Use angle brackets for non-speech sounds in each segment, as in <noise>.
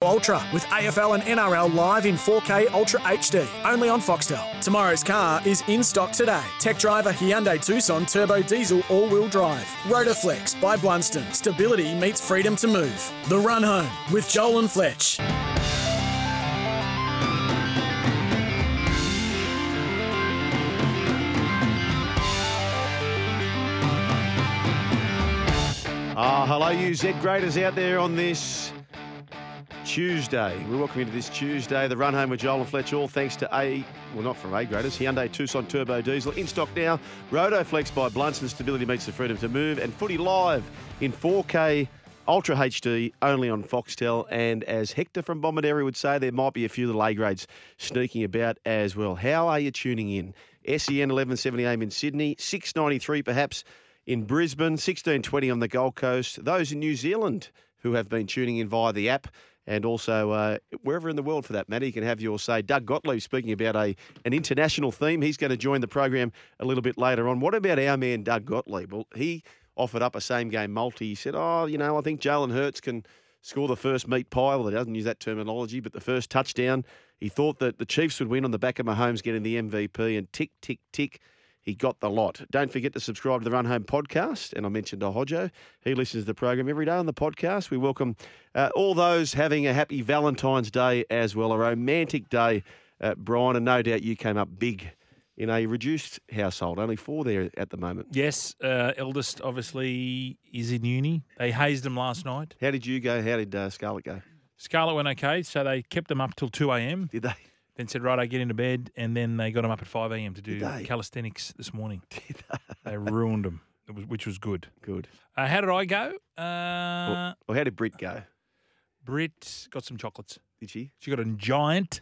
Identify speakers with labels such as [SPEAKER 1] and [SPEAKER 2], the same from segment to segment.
[SPEAKER 1] Ultra with AFL and NRL live in 4K Ultra HD, only on Foxtel. Tomorrow's car is in stock today. Tech driver Hyundai Tucson Turbo Diesel All Wheel Drive. Rotoflex by Blunston. Stability meets freedom to move. The Run Home with Joel and Fletch.
[SPEAKER 2] Ah, hello, you Z graders out there on this Tuesday. We welcome you to this Tuesday, the run home with Joel and Fletch. All thanks to A, well, not from A graders, Hyundai Tucson Turbo Diesel in stock now. Rotoflex by Blunston. Stability meets the freedom to move, and footy live in 4K. Ultra HD only on Foxtel, and as Hector from Bombarderi would say, there might be a few little A grades sneaking about as well. How are you tuning in? E SEN 1170 AM in Sydney, 693 perhaps in Brisbane, 1620 on the Gold Coast. Those in New Zealand who have been tuning in via the app and also uh, wherever in the world for that matter, you can have your say. Doug Gottlieb speaking about a an international theme. He's going to join the program a little bit later on. What about our man Doug Gottlieb? Well, he offered up a same game multi. He said, "Oh, you know, I think Jalen Hurts can score the first meat pie." Well, he doesn't use that terminology, but the first touchdown. He thought that the Chiefs would win on the back of Mahomes getting the MVP, and tick, tick, tick. He got the lot. Don't forget to subscribe to the Run Home podcast. And I mentioned to Hodjo, he listens to the program every day on the podcast. We welcome uh, all those having a happy Valentine's Day as well, a romantic day, uh, Brian. And no doubt you came up big in a reduced household, only four there at the moment.
[SPEAKER 3] Yes, uh, eldest obviously is in uni. They hazed him last night.
[SPEAKER 2] How did you go? How did uh, Scarlett go?
[SPEAKER 3] Scarlett went okay, so they kept him up till 2 a.m.
[SPEAKER 2] Did they? <laughs>
[SPEAKER 3] Then said, right, I get into bed. And then they got him up at 5 a.m. to do
[SPEAKER 2] Did they?
[SPEAKER 3] calisthenics
[SPEAKER 2] <laughs>
[SPEAKER 3] this morning. they ruined him, it was, which was good.
[SPEAKER 2] Good.
[SPEAKER 3] Uh, how did I go? Uh,
[SPEAKER 2] Well, how did Brit go?
[SPEAKER 3] Brit got some chocolates.
[SPEAKER 2] Did she?
[SPEAKER 3] She got a giant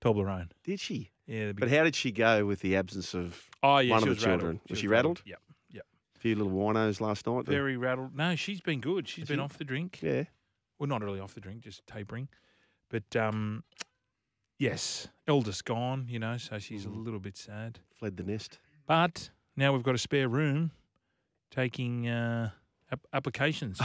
[SPEAKER 3] Toblerone.
[SPEAKER 2] Did she?
[SPEAKER 3] Yeah, the big,
[SPEAKER 2] But how did she go with the absence of
[SPEAKER 3] oh, yeah,
[SPEAKER 2] one of the
[SPEAKER 3] she was rattled.
[SPEAKER 2] children? Was she rattled?
[SPEAKER 3] Yep, yep.
[SPEAKER 2] a few little winos last night?
[SPEAKER 3] Very rattled. No, she's been good. She's
[SPEAKER 2] Has
[SPEAKER 3] been
[SPEAKER 2] she?
[SPEAKER 3] off the drink.
[SPEAKER 2] Yeah.
[SPEAKER 3] well, not really off the drink, just tapering. But um, yes, eldest gone, you know, so she's
[SPEAKER 2] Mm-hmm.
[SPEAKER 3] a little bit sad.
[SPEAKER 2] Fled the nest.
[SPEAKER 3] But now we've got a spare room taking uh, ap-
[SPEAKER 2] <laughs>
[SPEAKER 3] applications.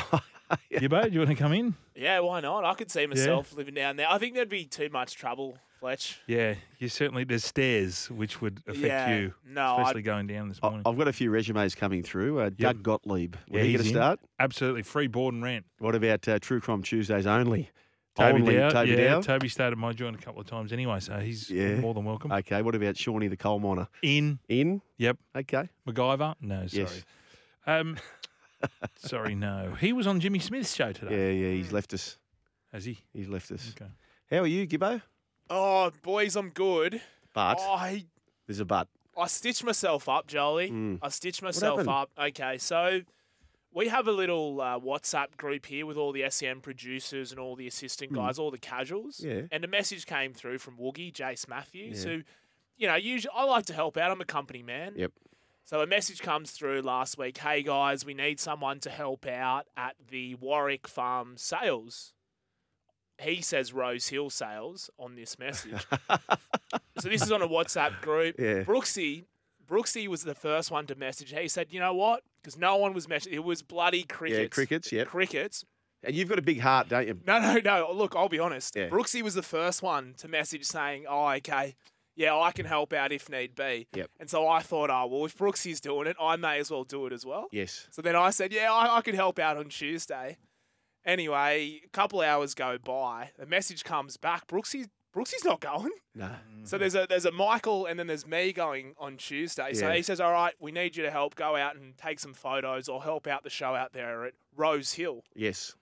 [SPEAKER 3] Gibbo, do you want to come in?
[SPEAKER 4] Yeah, why not? I could see myself living down there. I think there'd be too much trouble, Fletch.
[SPEAKER 3] Yeah, you certainly there's stairs which would affect
[SPEAKER 4] Yeah,
[SPEAKER 3] you,
[SPEAKER 4] no, I-
[SPEAKER 3] especially going down this
[SPEAKER 2] I-
[SPEAKER 3] morning.
[SPEAKER 2] I've got a few resumes coming through. Uh, Doug Gottlieb. Were
[SPEAKER 3] Yeah,
[SPEAKER 2] you going
[SPEAKER 3] he's
[SPEAKER 2] to
[SPEAKER 3] in.
[SPEAKER 2] start?
[SPEAKER 3] Absolutely free board and rent.
[SPEAKER 2] What about uh, True Crime Tuesdays only?
[SPEAKER 3] Toby
[SPEAKER 2] only
[SPEAKER 3] Dow,
[SPEAKER 2] Toby
[SPEAKER 3] yeah,
[SPEAKER 2] Dow?
[SPEAKER 3] Toby started my joint a couple of times anyway, so he's
[SPEAKER 2] Yeah. Uh,
[SPEAKER 3] more than welcome.
[SPEAKER 2] okay. What about Shawnee the coal miner?
[SPEAKER 3] in,
[SPEAKER 2] In.
[SPEAKER 3] yep,
[SPEAKER 2] Okay.
[SPEAKER 3] MacGyver? No, sorry.
[SPEAKER 2] Yes. <laughs>
[SPEAKER 3] Um, sorry, no. He was on Jimmy Smith's show
[SPEAKER 2] Yeah,
[SPEAKER 3] today.
[SPEAKER 2] yeah. He's left us.
[SPEAKER 3] Has he?
[SPEAKER 2] He's left us.
[SPEAKER 3] Okay.
[SPEAKER 2] How are you, Gibbo?
[SPEAKER 4] Oh, boys, I'm good.
[SPEAKER 2] But
[SPEAKER 3] Oh.
[SPEAKER 4] I
[SPEAKER 2] there's a but.
[SPEAKER 4] I stitched myself up, Jolie.
[SPEAKER 5] Hmm.
[SPEAKER 2] Mm.
[SPEAKER 4] I stitched myself
[SPEAKER 2] happened?
[SPEAKER 4] up. Okay, so we have a little uh, WhatsApp group here with all the SEM producers and all the assistant guys, all the casuals.
[SPEAKER 2] Hmm. Yeah.
[SPEAKER 4] And a message came through from Woogie, Jace Matthews,
[SPEAKER 2] Yeah.
[SPEAKER 4] who, you know, usually I like to help out. I'm a company man.
[SPEAKER 2] Yep.
[SPEAKER 4] So a message comes through last week. Hey guys, we need someone to help out at the Warwick Farm sales. He says Rose Hill sales on this
[SPEAKER 2] <laughs>
[SPEAKER 4] message. so this is on a WhatsApp group.
[SPEAKER 2] Yeah.
[SPEAKER 4] Brooksy, Brooksy was the first one to message. He said, you know what? Because no one was messaging. It was bloody crickets.
[SPEAKER 2] Yeah, crickets. Yep.
[SPEAKER 4] Crickets.
[SPEAKER 2] And you've got a big heart, don't you?
[SPEAKER 4] No, no, no. Look, I'll be honest.
[SPEAKER 2] Yeah.
[SPEAKER 4] Brooksy was the first one to message saying, oh, okay, yeah, I can help out if need be.
[SPEAKER 2] Yep.
[SPEAKER 4] And so I thought, oh, well, if Brooksy's doing it, I may as well do it as well.
[SPEAKER 2] Yes.
[SPEAKER 4] So then I said, yeah, I, I could help out on Tuesday. Anyway, a couple hours go by. The message comes back. Brooksy, Brooksy's not going.
[SPEAKER 2] No.
[SPEAKER 4] So there's a there's a Michael and then there's me going on Tuesday. So
[SPEAKER 2] Yeah.
[SPEAKER 4] he says, all right, we need you to help go out and take some photos or help out the show out there at Rose Hill.
[SPEAKER 2] Yes.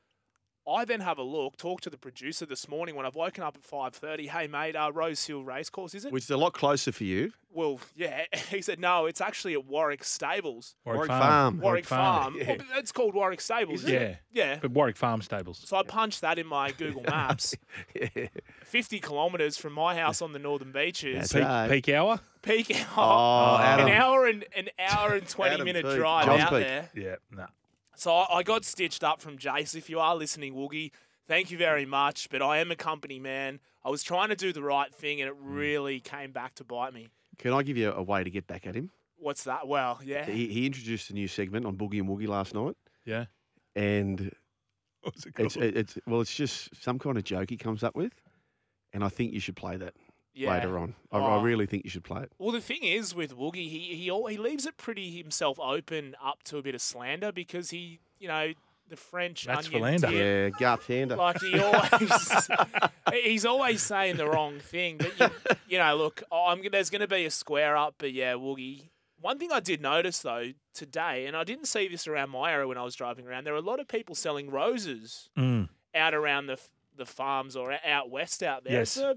[SPEAKER 4] I then have a look, talk to the producer this morning when I've woken up at five thirty. Hey mate, uh, Rose Hill Racecourse is it?
[SPEAKER 2] Which is a lot closer for you.
[SPEAKER 4] well, <laughs> yeah. He said no, it's actually at Warwick Stables,
[SPEAKER 2] Warwick Farm.
[SPEAKER 4] Warwick, Farm.
[SPEAKER 2] Yeah.
[SPEAKER 4] Well, but it's called Warwick Stables, isn't
[SPEAKER 3] Yeah.
[SPEAKER 4] it? Yeah.
[SPEAKER 3] But Warwick Farm Stables.
[SPEAKER 4] So I punched that in my Google
[SPEAKER 2] <laughs>
[SPEAKER 4] Maps.
[SPEAKER 2] Yeah.
[SPEAKER 4] 50 kilometres from my house on the northern beaches.
[SPEAKER 2] That's
[SPEAKER 3] Peak,
[SPEAKER 2] right.
[SPEAKER 3] peak hour?
[SPEAKER 4] Peak hour.
[SPEAKER 2] Oh,
[SPEAKER 4] an
[SPEAKER 2] Adam.
[SPEAKER 4] hour and an hour and 20
[SPEAKER 2] Adam
[SPEAKER 4] minute
[SPEAKER 2] Peake.
[SPEAKER 4] drive
[SPEAKER 2] John's
[SPEAKER 4] out
[SPEAKER 2] Peake.
[SPEAKER 4] there.
[SPEAKER 3] Yeah. No.
[SPEAKER 4] So I, I got stitched up from Jace. If you are listening, Woogie, thank you very much. But I am a company man. I was trying to do the right thing and it
[SPEAKER 3] Hmm.
[SPEAKER 4] really came back to bite me.
[SPEAKER 2] Can I give you a way to get back at him?
[SPEAKER 4] What's that? Well, yeah.
[SPEAKER 2] He, he introduced a new segment on Boogie and Woogie last night,
[SPEAKER 4] <laughs>
[SPEAKER 3] Yeah.
[SPEAKER 2] and
[SPEAKER 3] What's it
[SPEAKER 2] it's it- it's well, it's just some kind of joke he comes up with, and I think you should play that
[SPEAKER 4] yeah.
[SPEAKER 2] later on. I,
[SPEAKER 4] Oh.
[SPEAKER 2] I really think you should play it.
[SPEAKER 4] Well, the thing is with Woogie, he he al- he leaves it pretty himself open up to a bit of slander because he, you know, the French
[SPEAKER 3] That's
[SPEAKER 4] onion
[SPEAKER 3] Philander.
[SPEAKER 4] tip,
[SPEAKER 2] Yeah, Garth Hander.
[SPEAKER 4] Like he always, <laughs> he's always saying the wrong thing. But you, you know, look, I'm there's going to be a square up. But yeah, Woogie. One thing I did notice though today, and I didn't see this around my area when I was driving around, there are a lot of people selling roses
[SPEAKER 3] Mm.
[SPEAKER 4] out around the f- the farms or o- out west out there.
[SPEAKER 3] Yes.
[SPEAKER 4] It's a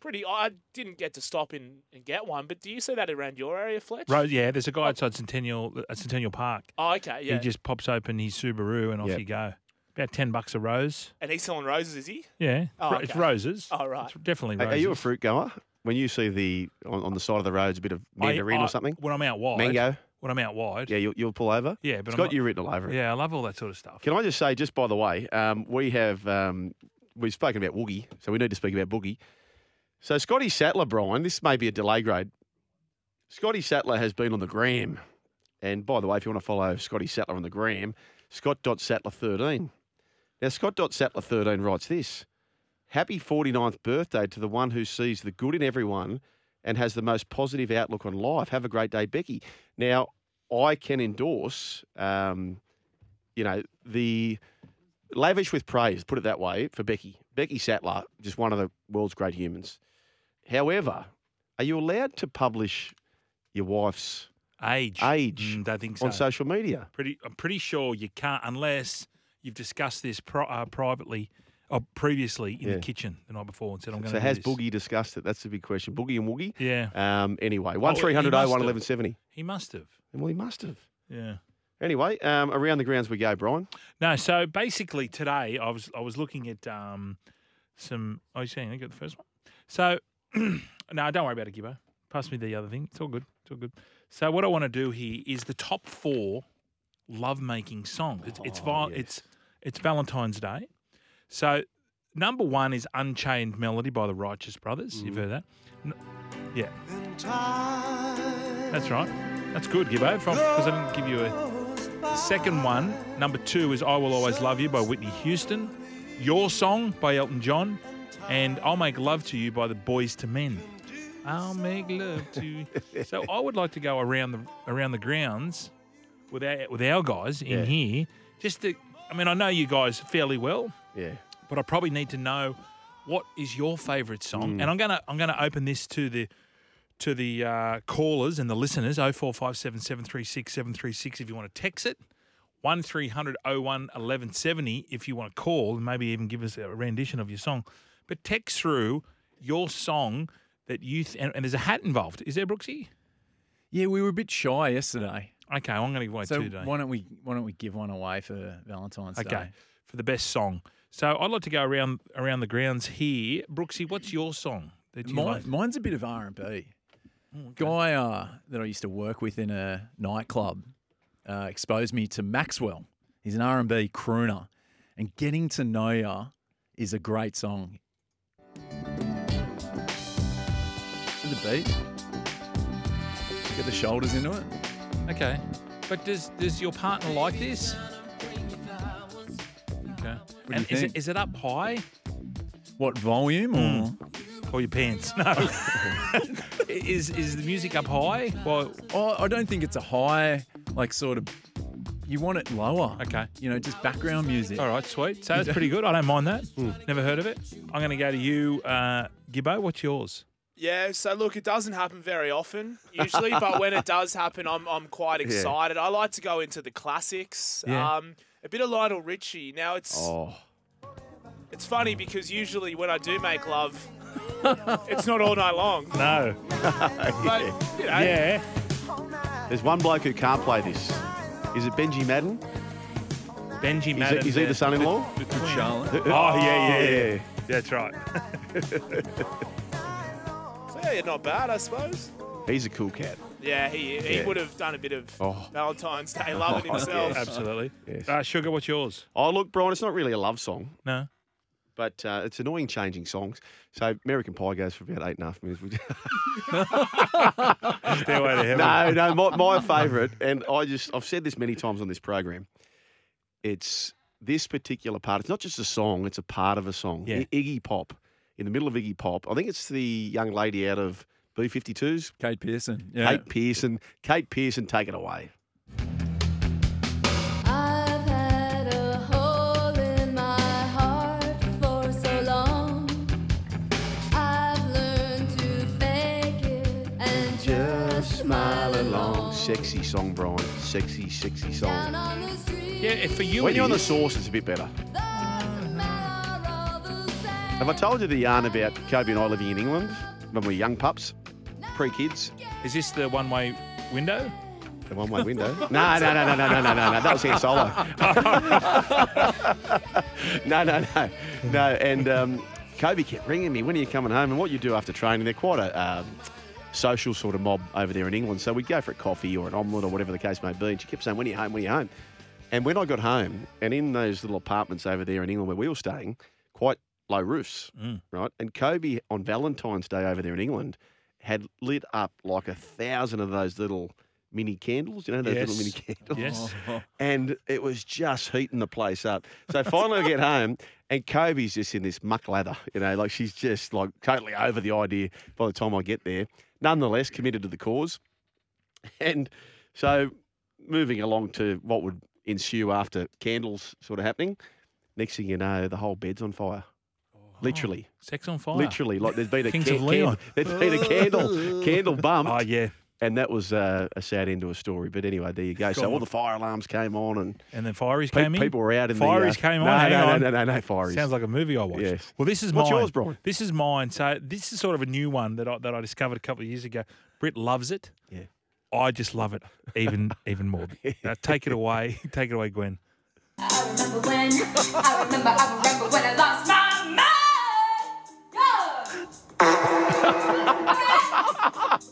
[SPEAKER 4] pretty. I didn't get to stop in and get one, but do you see that around your area, Fletch?
[SPEAKER 3] Rose, yeah, there's a guy outside Centennial at Centennial Park.
[SPEAKER 4] Oh, okay, yeah.
[SPEAKER 3] He just pops open his Subaru and off
[SPEAKER 2] Yep.
[SPEAKER 3] you go. About 10 bucks a rose.
[SPEAKER 4] and he's selling roses, is he?
[SPEAKER 3] Yeah.
[SPEAKER 4] Oh,
[SPEAKER 3] Ro- It's
[SPEAKER 4] okay.
[SPEAKER 3] roses.
[SPEAKER 4] Oh, right.
[SPEAKER 3] It's definitely
[SPEAKER 2] Are-
[SPEAKER 3] roses.
[SPEAKER 2] Are you a fruit goer? When you see the on, on the side of the roads, a bit of
[SPEAKER 3] I-
[SPEAKER 2] mandarin
[SPEAKER 3] I-
[SPEAKER 2] or something,
[SPEAKER 3] When I'm out wide.
[SPEAKER 2] mango.
[SPEAKER 3] When I'm out wide.
[SPEAKER 2] Yeah, you'll, you'll pull over.
[SPEAKER 3] Yeah, but
[SPEAKER 2] it's
[SPEAKER 3] I'm
[SPEAKER 2] got
[SPEAKER 3] not-
[SPEAKER 2] you written all over it.
[SPEAKER 3] Yeah, I love all that sort of stuff.
[SPEAKER 2] Can I just say, just by the way, um, we have um, we've spoken about Woogie, so we need to speak about Boogie. So Scotty Sattler, Brian, this may be a delay grade. Scotty Sattler has been on the gram, and by the way, if you want to follow Scotty Sattler on the gram, Scott.Sattler13. Now Scott.Sattler13 writes this: Happy 49th birthday to the one who sees the good in everyone and has the most positive outlook on life. Have a great day, Becky. Now I can endorse. Um, you know, the lavish with praise, put it that way, for Becky. Becky Sattler, just one of the world's great humans. However, are you allowed to publish your wife's
[SPEAKER 3] Age.
[SPEAKER 2] age
[SPEAKER 3] Mm, don't think so.
[SPEAKER 2] on social media?
[SPEAKER 3] pretty, I'm pretty sure you can't unless you've discussed this pri- uh, privately or previously in
[SPEAKER 2] Yeah.
[SPEAKER 3] the kitchen the night before and said, I'm going
[SPEAKER 2] So
[SPEAKER 3] to
[SPEAKER 2] has
[SPEAKER 3] do this."
[SPEAKER 2] Boogie discussed it? That's the big question. Boogie and Woogie?
[SPEAKER 3] Yeah,
[SPEAKER 2] Um, anyway,
[SPEAKER 3] Oh, he
[SPEAKER 2] 1300
[SPEAKER 3] must have.
[SPEAKER 2] 1170.
[SPEAKER 3] he must have.
[SPEAKER 2] Well, he must have.
[SPEAKER 3] Yeah.
[SPEAKER 2] Anyway, um, around the grounds we go, Brian.
[SPEAKER 3] No, so basically today I was I was looking at um some. Oh, you saying I got the first one? So <clears throat> no, don't worry about it, Gibbo. Pass me the other thing. It's all good. It's all good. So what I want to do here is the top four lovemaking songs. It's it's
[SPEAKER 2] Oh,
[SPEAKER 3] val-
[SPEAKER 2] yes.
[SPEAKER 3] it's it's Valentine's Day. So number one is Unchained Melody by the Righteous Brothers. You've
[SPEAKER 2] Mm.
[SPEAKER 3] heard that? N- yeah. That's right. That's good, Gibbo. Because I didn't give you a Second one, number two is I Will Always Love You by Whitney Houston, Your Song by Elton John, and I'll Make Love to You by the Boys to Men. I'll make love to you. So I would like to go around the around the grounds with our with our guys in
[SPEAKER 2] Yeah.
[SPEAKER 3] here. Just to I mean, I know you guys fairly well,
[SPEAKER 2] Yeah.
[SPEAKER 3] but I probably need to know what is your favourite song. And I'm gonna I'm gonna open this to the to the uh, callers and the listeners. Oh four five seven seven three six seven three six. If you want to text it, one 1170 If you want to call and maybe even give us a rendition of your song, but text through your song that you th- and, and there's a hat involved. Is there Brooksy?
[SPEAKER 5] Yeah, we were a bit shy yesterday.
[SPEAKER 3] Okay, I'm going to wait
[SPEAKER 5] So
[SPEAKER 3] two days.
[SPEAKER 5] why don't we why don't we give one away for Valentine's Day?
[SPEAKER 3] Okay, for the best song. So I'd like to go around around the grounds here. Brooksy, what's your song that you
[SPEAKER 5] Mine,
[SPEAKER 3] like?
[SPEAKER 5] mine's a bit of R and
[SPEAKER 3] Oh,
[SPEAKER 5] B. Guy uh, that I used to work with in a nightclub uh, exposed me to Maxwell. He's an R and B crooner, and "Getting to Know Ya" is a great song. And the beat, get the shoulders into it.
[SPEAKER 3] Okay. But does does your partner like this? Okay.
[SPEAKER 5] do
[SPEAKER 3] and
[SPEAKER 5] you
[SPEAKER 3] is it,
[SPEAKER 5] think?
[SPEAKER 3] is it up high?
[SPEAKER 5] What volume? Or
[SPEAKER 3] Hmm. Or your pants? No. <laughs> is is the music up high? Well,
[SPEAKER 5] Oh, I don't think it's a high, like sort of. You want it lower.
[SPEAKER 3] Okay.
[SPEAKER 5] You know, just background music.
[SPEAKER 3] all right, sweet. So that's pretty good. I don't mind that.
[SPEAKER 2] Hmm.
[SPEAKER 3] Never heard of it. I'm going to go to you, uh, Gibbo. What's yours?
[SPEAKER 4] Yeah, so look, it doesn't happen very often usually, but when it does happen, I'm, I'm quite excited. I like to go into the classics.
[SPEAKER 3] Yeah.
[SPEAKER 4] Um, a bit of Lionel Richie. Now, it's
[SPEAKER 2] Oh,
[SPEAKER 4] It's funny because usually when I do make love, it's not all
[SPEAKER 2] <laughs>
[SPEAKER 4] night long.
[SPEAKER 3] No.
[SPEAKER 4] But, you know,
[SPEAKER 3] Yeah.
[SPEAKER 2] There's one bloke who can't play this. Is it Benji Madden?
[SPEAKER 3] Benji
[SPEAKER 2] Is, it,
[SPEAKER 3] Madden.
[SPEAKER 2] is he the son-in-law? Oh.
[SPEAKER 5] Charlotte.
[SPEAKER 3] Oh, yeah, yeah, yeah. That's right.
[SPEAKER 4] so, yeah, not bad, I suppose.
[SPEAKER 2] He's a cool cat.
[SPEAKER 4] Yeah, he, he
[SPEAKER 2] Yeah.
[SPEAKER 4] would have done a bit of
[SPEAKER 2] Oh.
[SPEAKER 4] Valentine's Day
[SPEAKER 2] <laughs>
[SPEAKER 4] loving
[SPEAKER 2] Oh,
[SPEAKER 4] himself.
[SPEAKER 2] yes.
[SPEAKER 3] Absolutely.
[SPEAKER 2] Yes.
[SPEAKER 3] Uh, Sugar, what's yours?
[SPEAKER 2] Oh, look, Brian, it's not really a love song, <laughs>
[SPEAKER 3] No.
[SPEAKER 2] but uh, it's annoying changing songs. So American Pie goes for about eight and a half minutes. <laughs>
[SPEAKER 3] Stairway <laughs> to heaven.
[SPEAKER 2] no, no, my, my favourite, and I just I've said this many times on this program. It's this particular part. It's not just a song; it's a part of a song.
[SPEAKER 3] Yeah.
[SPEAKER 2] I- Iggy Pop, in the middle of Iggy Pop, I think it's the young lady out of B52s,
[SPEAKER 5] Kate Pearson. Yeah.
[SPEAKER 2] Kate Pearson. Kate Pearson, take it away.
[SPEAKER 6] I've had a hole in my heart for so long. I've learned to fake it and just smile along.
[SPEAKER 2] Sexy song, Brian. Sexy, sexy
[SPEAKER 6] Down
[SPEAKER 2] song.
[SPEAKER 6] on the street,
[SPEAKER 3] Yeah, if for you,
[SPEAKER 2] When
[SPEAKER 3] it
[SPEAKER 2] you're on the
[SPEAKER 3] is.
[SPEAKER 2] source, it's a bit better.
[SPEAKER 6] the smell are all the same.
[SPEAKER 2] Have I told you the yarn about Kobe and I living in England when we were young pups, pre kids?
[SPEAKER 3] Is this the one way window?
[SPEAKER 2] The one way window. no, no, no, no, no, no, no, no, no. That was Han Solo. <laughs> no, no, no, no. And um, Kobe kept ringing me. When are you coming home? And what you do after training? They're quite a um, social sort of mob over there in England. So we'd go for a coffee or an omelette or whatever the case may be. And she kept saying, "When are you home? When are you home?" And when I got home, and in those little apartments over there in England where we were staying, quite low roofs,
[SPEAKER 3] Mm.
[SPEAKER 2] right? And Kobe on Valentine's Day over there in England had lit up like a thousand of those little mini candles. You know those little mini <laughs>
[SPEAKER 3] Yes.
[SPEAKER 2] candles
[SPEAKER 3] Yes.
[SPEAKER 2] and it was just heating the place
[SPEAKER 3] <laughs>
[SPEAKER 2] up. So finally, I get home, and Kobe's just in this muck lather, you know, like she's just like totally over the idea by the time I get there. Nonetheless, committed to the cause. And so, moving along to what would ensue after candles sort of happening, next thing you know, the whole bed's on fire. Literally,
[SPEAKER 3] Sex on Oh, fire.
[SPEAKER 2] literally, like there's been a,
[SPEAKER 3] Kings
[SPEAKER 2] ca-
[SPEAKER 3] of Leon.
[SPEAKER 2] there's been a
[SPEAKER 3] <laughs>
[SPEAKER 2] candle, candle bump.
[SPEAKER 3] Oh, yeah.
[SPEAKER 2] And that was uh, a sad end to a story. But anyway, there you go. So all the fire alarms came on, and
[SPEAKER 3] And then fireys
[SPEAKER 2] Pe-
[SPEAKER 3] came in.
[SPEAKER 2] People were out in the uh,
[SPEAKER 3] Fireys came
[SPEAKER 2] no,
[SPEAKER 3] on. hang
[SPEAKER 2] No,
[SPEAKER 3] on.
[SPEAKER 2] no, no, no, no, fireys.
[SPEAKER 3] Sounds like a movie I watched.
[SPEAKER 2] Yes.
[SPEAKER 3] Well, this is
[SPEAKER 2] What's
[SPEAKER 3] mine.
[SPEAKER 2] yours, Brian?
[SPEAKER 3] This is mine. So this is sort of a new one that I, that I discovered a couple of years ago. Britt loves it.
[SPEAKER 2] Yeah.
[SPEAKER 3] I just love it
[SPEAKER 2] <laughs>
[SPEAKER 3] even even more. Now, take it away, <laughs> take it away, Gwen.
[SPEAKER 6] I remember when, I remember, I remember when I lost my mind. Yeah.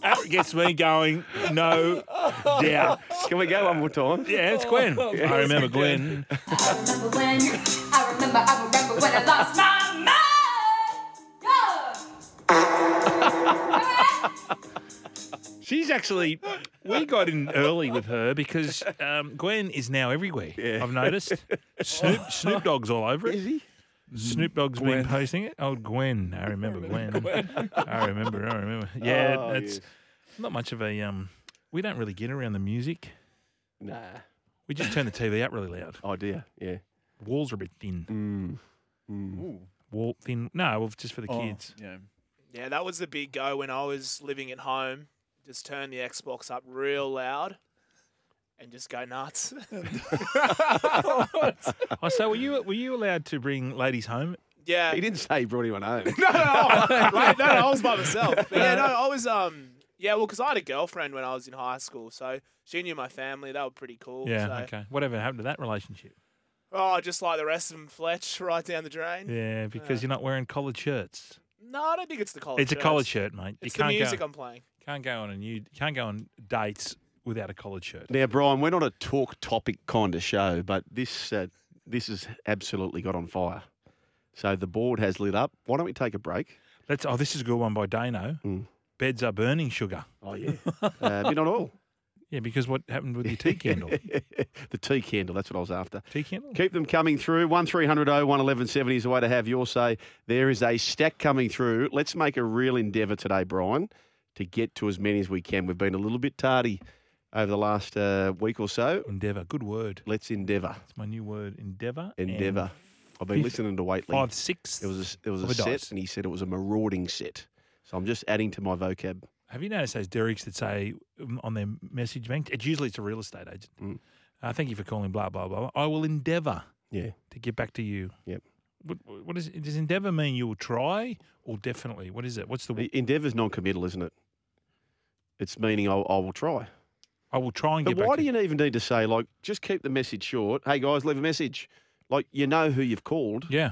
[SPEAKER 3] That gets me going.
[SPEAKER 2] <laughs>
[SPEAKER 3] No doubt.
[SPEAKER 2] Can we go one more time?
[SPEAKER 3] Yeah, it's Gwen. I remember Gwen.
[SPEAKER 6] remember when I remember, I remember when I lost my mind. Yeah.
[SPEAKER 3] She's actually. We got in early with her because um, Gwen is now everywhere. I've noticed. Snoop Snoop Dogg's all over it.
[SPEAKER 2] Is he?
[SPEAKER 3] Snoop Dogg's been posting it. Oh, Gwen. I remember,
[SPEAKER 2] <laughs>
[SPEAKER 3] Gwen. I remember. I remember. Yeah,
[SPEAKER 2] Oh,
[SPEAKER 3] that's
[SPEAKER 2] yes.
[SPEAKER 3] not much of a. Um, we don't really get around the music.
[SPEAKER 2] Nah.
[SPEAKER 3] We just turn the TV up really loud.
[SPEAKER 2] Oh dear. Yeah.
[SPEAKER 3] Walls are a bit thin.
[SPEAKER 2] Mm.
[SPEAKER 5] Ooh.
[SPEAKER 3] Wall thin. No, well, just for the
[SPEAKER 5] Oh,
[SPEAKER 3] kids.
[SPEAKER 5] Yeah.
[SPEAKER 4] Yeah, that was the big go when I was living at home. Just turn the Xbox up real loud and just go nuts. <laughs>
[SPEAKER 3] Oh, so were you were you allowed to bring ladies home?
[SPEAKER 2] <laughs>
[SPEAKER 4] yeah.
[SPEAKER 2] He didn't say he brought anyone home.
[SPEAKER 4] <laughs> no, no, like, no, no, I was by myself. But yeah, no, I was um yeah, well, because I had a girlfriend when I was in high school, so she knew my family. They were pretty cool.
[SPEAKER 3] Yeah.
[SPEAKER 4] so-
[SPEAKER 3] Okay. Whatever happened to that relationship?
[SPEAKER 4] Oh, just like the rest of them, Fletch, <laughs> right down the drain.
[SPEAKER 3] Yeah, because you're not wearing collared shirts.
[SPEAKER 4] No, I don't think it's the college.
[SPEAKER 3] it's a collared shirt, mate.
[SPEAKER 4] It's
[SPEAKER 3] you
[SPEAKER 4] the
[SPEAKER 3] can't
[SPEAKER 4] music
[SPEAKER 3] go.
[SPEAKER 4] I'm playing.
[SPEAKER 3] Can't go on a new. Can't go on dates without a collared shirt.
[SPEAKER 2] <laughs> now, Brian, we're not a talk topic kind of show, but this uh, this has absolutely got on fire. So the board has lit up. Why don't we take a break?
[SPEAKER 3] Let's. Oh, this is a good one by Dano. Beds are burning sugar.
[SPEAKER 2] Oh yeah. uh, but not all.
[SPEAKER 3] Yeah, because what happened with
[SPEAKER 2] <laughs>
[SPEAKER 3] your <laughs> tea candle?
[SPEAKER 2] the tea candle. That's what I was after.
[SPEAKER 3] tea candle.
[SPEAKER 2] Keep them coming through. 1300 01 1170 is the way to have your say. There is a stack coming through. Let's make a real endeavour today, Brian, to get to as many as we can. We've been a little bit tardy over the last uh, week or so.
[SPEAKER 3] Endeavour. Good word.
[SPEAKER 2] Let's endeavour.
[SPEAKER 3] It's my new word. Endeavour. and
[SPEAKER 2] Endeavour. I've been
[SPEAKER 3] fifth-
[SPEAKER 2] listening to Waitley.
[SPEAKER 3] Five six.
[SPEAKER 2] It was a, it was
[SPEAKER 3] of
[SPEAKER 2] a set,
[SPEAKER 3] dice.
[SPEAKER 2] and he said it was a marauding set. So I'm just adding to my vocab.
[SPEAKER 3] Have you noticed those derricks that say um, on their message bank? It's usually it's a real estate agent. Uh, thank you for calling. Blah blah blah. blah. I will endeavour
[SPEAKER 2] Yeah.
[SPEAKER 3] to get back to you.
[SPEAKER 2] Yep.
[SPEAKER 3] what, what is it? Does endeavour mean you will try or definitely? What is it? What's the w-
[SPEAKER 2] The endeavour's non-committal, isn't it? It's meaning I, I will try.
[SPEAKER 3] I will try and
[SPEAKER 2] But
[SPEAKER 3] get back.
[SPEAKER 2] why
[SPEAKER 3] to
[SPEAKER 2] do you even need to say like just keep the message short? Hey guys, leave a message. Like you know who you've called.
[SPEAKER 3] Yeah,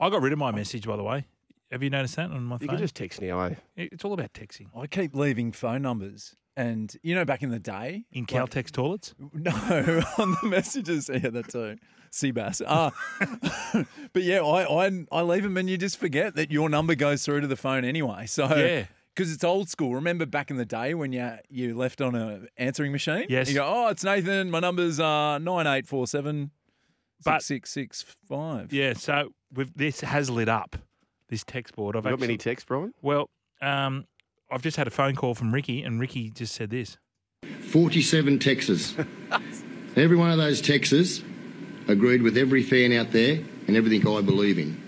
[SPEAKER 3] I got rid of my message by the way. Have you noticed that on my
[SPEAKER 2] Oh. You
[SPEAKER 3] phone?
[SPEAKER 2] can just text now. Eh?
[SPEAKER 3] It- it's all about texting
[SPEAKER 5] I keep leaving phone numbers. And you know, back in the day, <laughs>
[SPEAKER 3] in
[SPEAKER 5] like-
[SPEAKER 3] Caltex toilets.
[SPEAKER 5] No, on the messages. Yeah, that too. Seabass. Uh, <laughs> but yeah, I, I I leave them and you just forget that your number goes through to the phone anyway. So
[SPEAKER 3] Yeah.
[SPEAKER 5] Because it's old school. Remember back in the day when you you left on a answering machine?
[SPEAKER 3] Yes.
[SPEAKER 5] You go, oh, it's Nathan. My number's uh, 9847
[SPEAKER 3] But-
[SPEAKER 5] 6665.
[SPEAKER 3] Yeah, so we've, this has lit up this text board. I've
[SPEAKER 2] You got
[SPEAKER 3] actually,
[SPEAKER 2] many texts, Brian?
[SPEAKER 3] well, um, I've just had a phone call from Ricky, and Ricky just said this.
[SPEAKER 7] 47 Texas. every one of those Texas agreed with every fan out there and everything I believe in.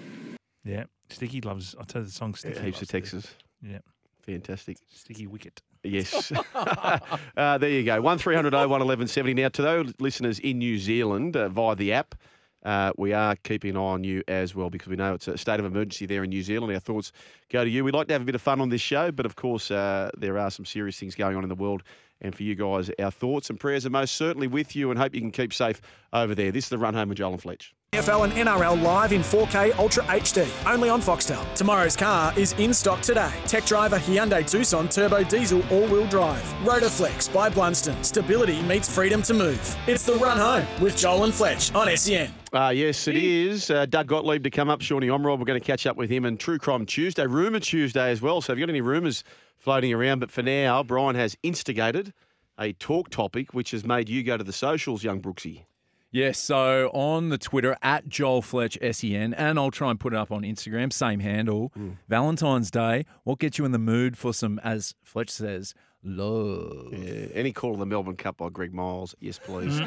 [SPEAKER 3] Yeah, Sticky loves. I tell you the song Sticky.
[SPEAKER 2] Heaps of
[SPEAKER 3] loves
[SPEAKER 2] texts.
[SPEAKER 3] Yeah,
[SPEAKER 2] Fantastic.
[SPEAKER 3] Sticky Wicket.
[SPEAKER 2] Yes. <laughs> uh, there you go. 1300 01 1170. Now, to those listeners in New Zealand uh, via the app, uh, we are keeping an eye on you as well because we know it's a state of emergency there in New Zealand. Our thoughts go to you. We'd like to have a bit of fun on this show, but of course, uh, there are some serious things going on in the world. And for you guys, our thoughts and prayers are most certainly with you and hope you can keep safe over there. This is the run home with Joel and Fletch.
[SPEAKER 1] AFL and NRL live in 4K Ultra HD, only on Foxtel. Tomorrow's car is in stock today. Tech driver Hyundai Tucson Turbo Diesel All-Wheel Drive. Rotoflex by Blunston. Stability meets freedom to move. It's the run home with Joel and Fletch on E SEN.
[SPEAKER 2] Uh, yes, it is. Uh, Doug Gottlieb to come up. Shawnee Omrod, we're going to catch up with him. And True Crime Tuesday, Rumour Tuesday as well. So, have you got any rumours floating around? But for now, Brian has instigated a talk topic which has made you go to the socials, young Brooksy.
[SPEAKER 5] Yes, so on the Twitter at Joel Fletch SEN, and I'll try and put it up on Instagram, same handle. Valentine's Day, what gets you in the mood for some, as Fletch says, love?
[SPEAKER 2] Yeah. Any call of the Melbourne Cup by Greg Miles? Yes, please.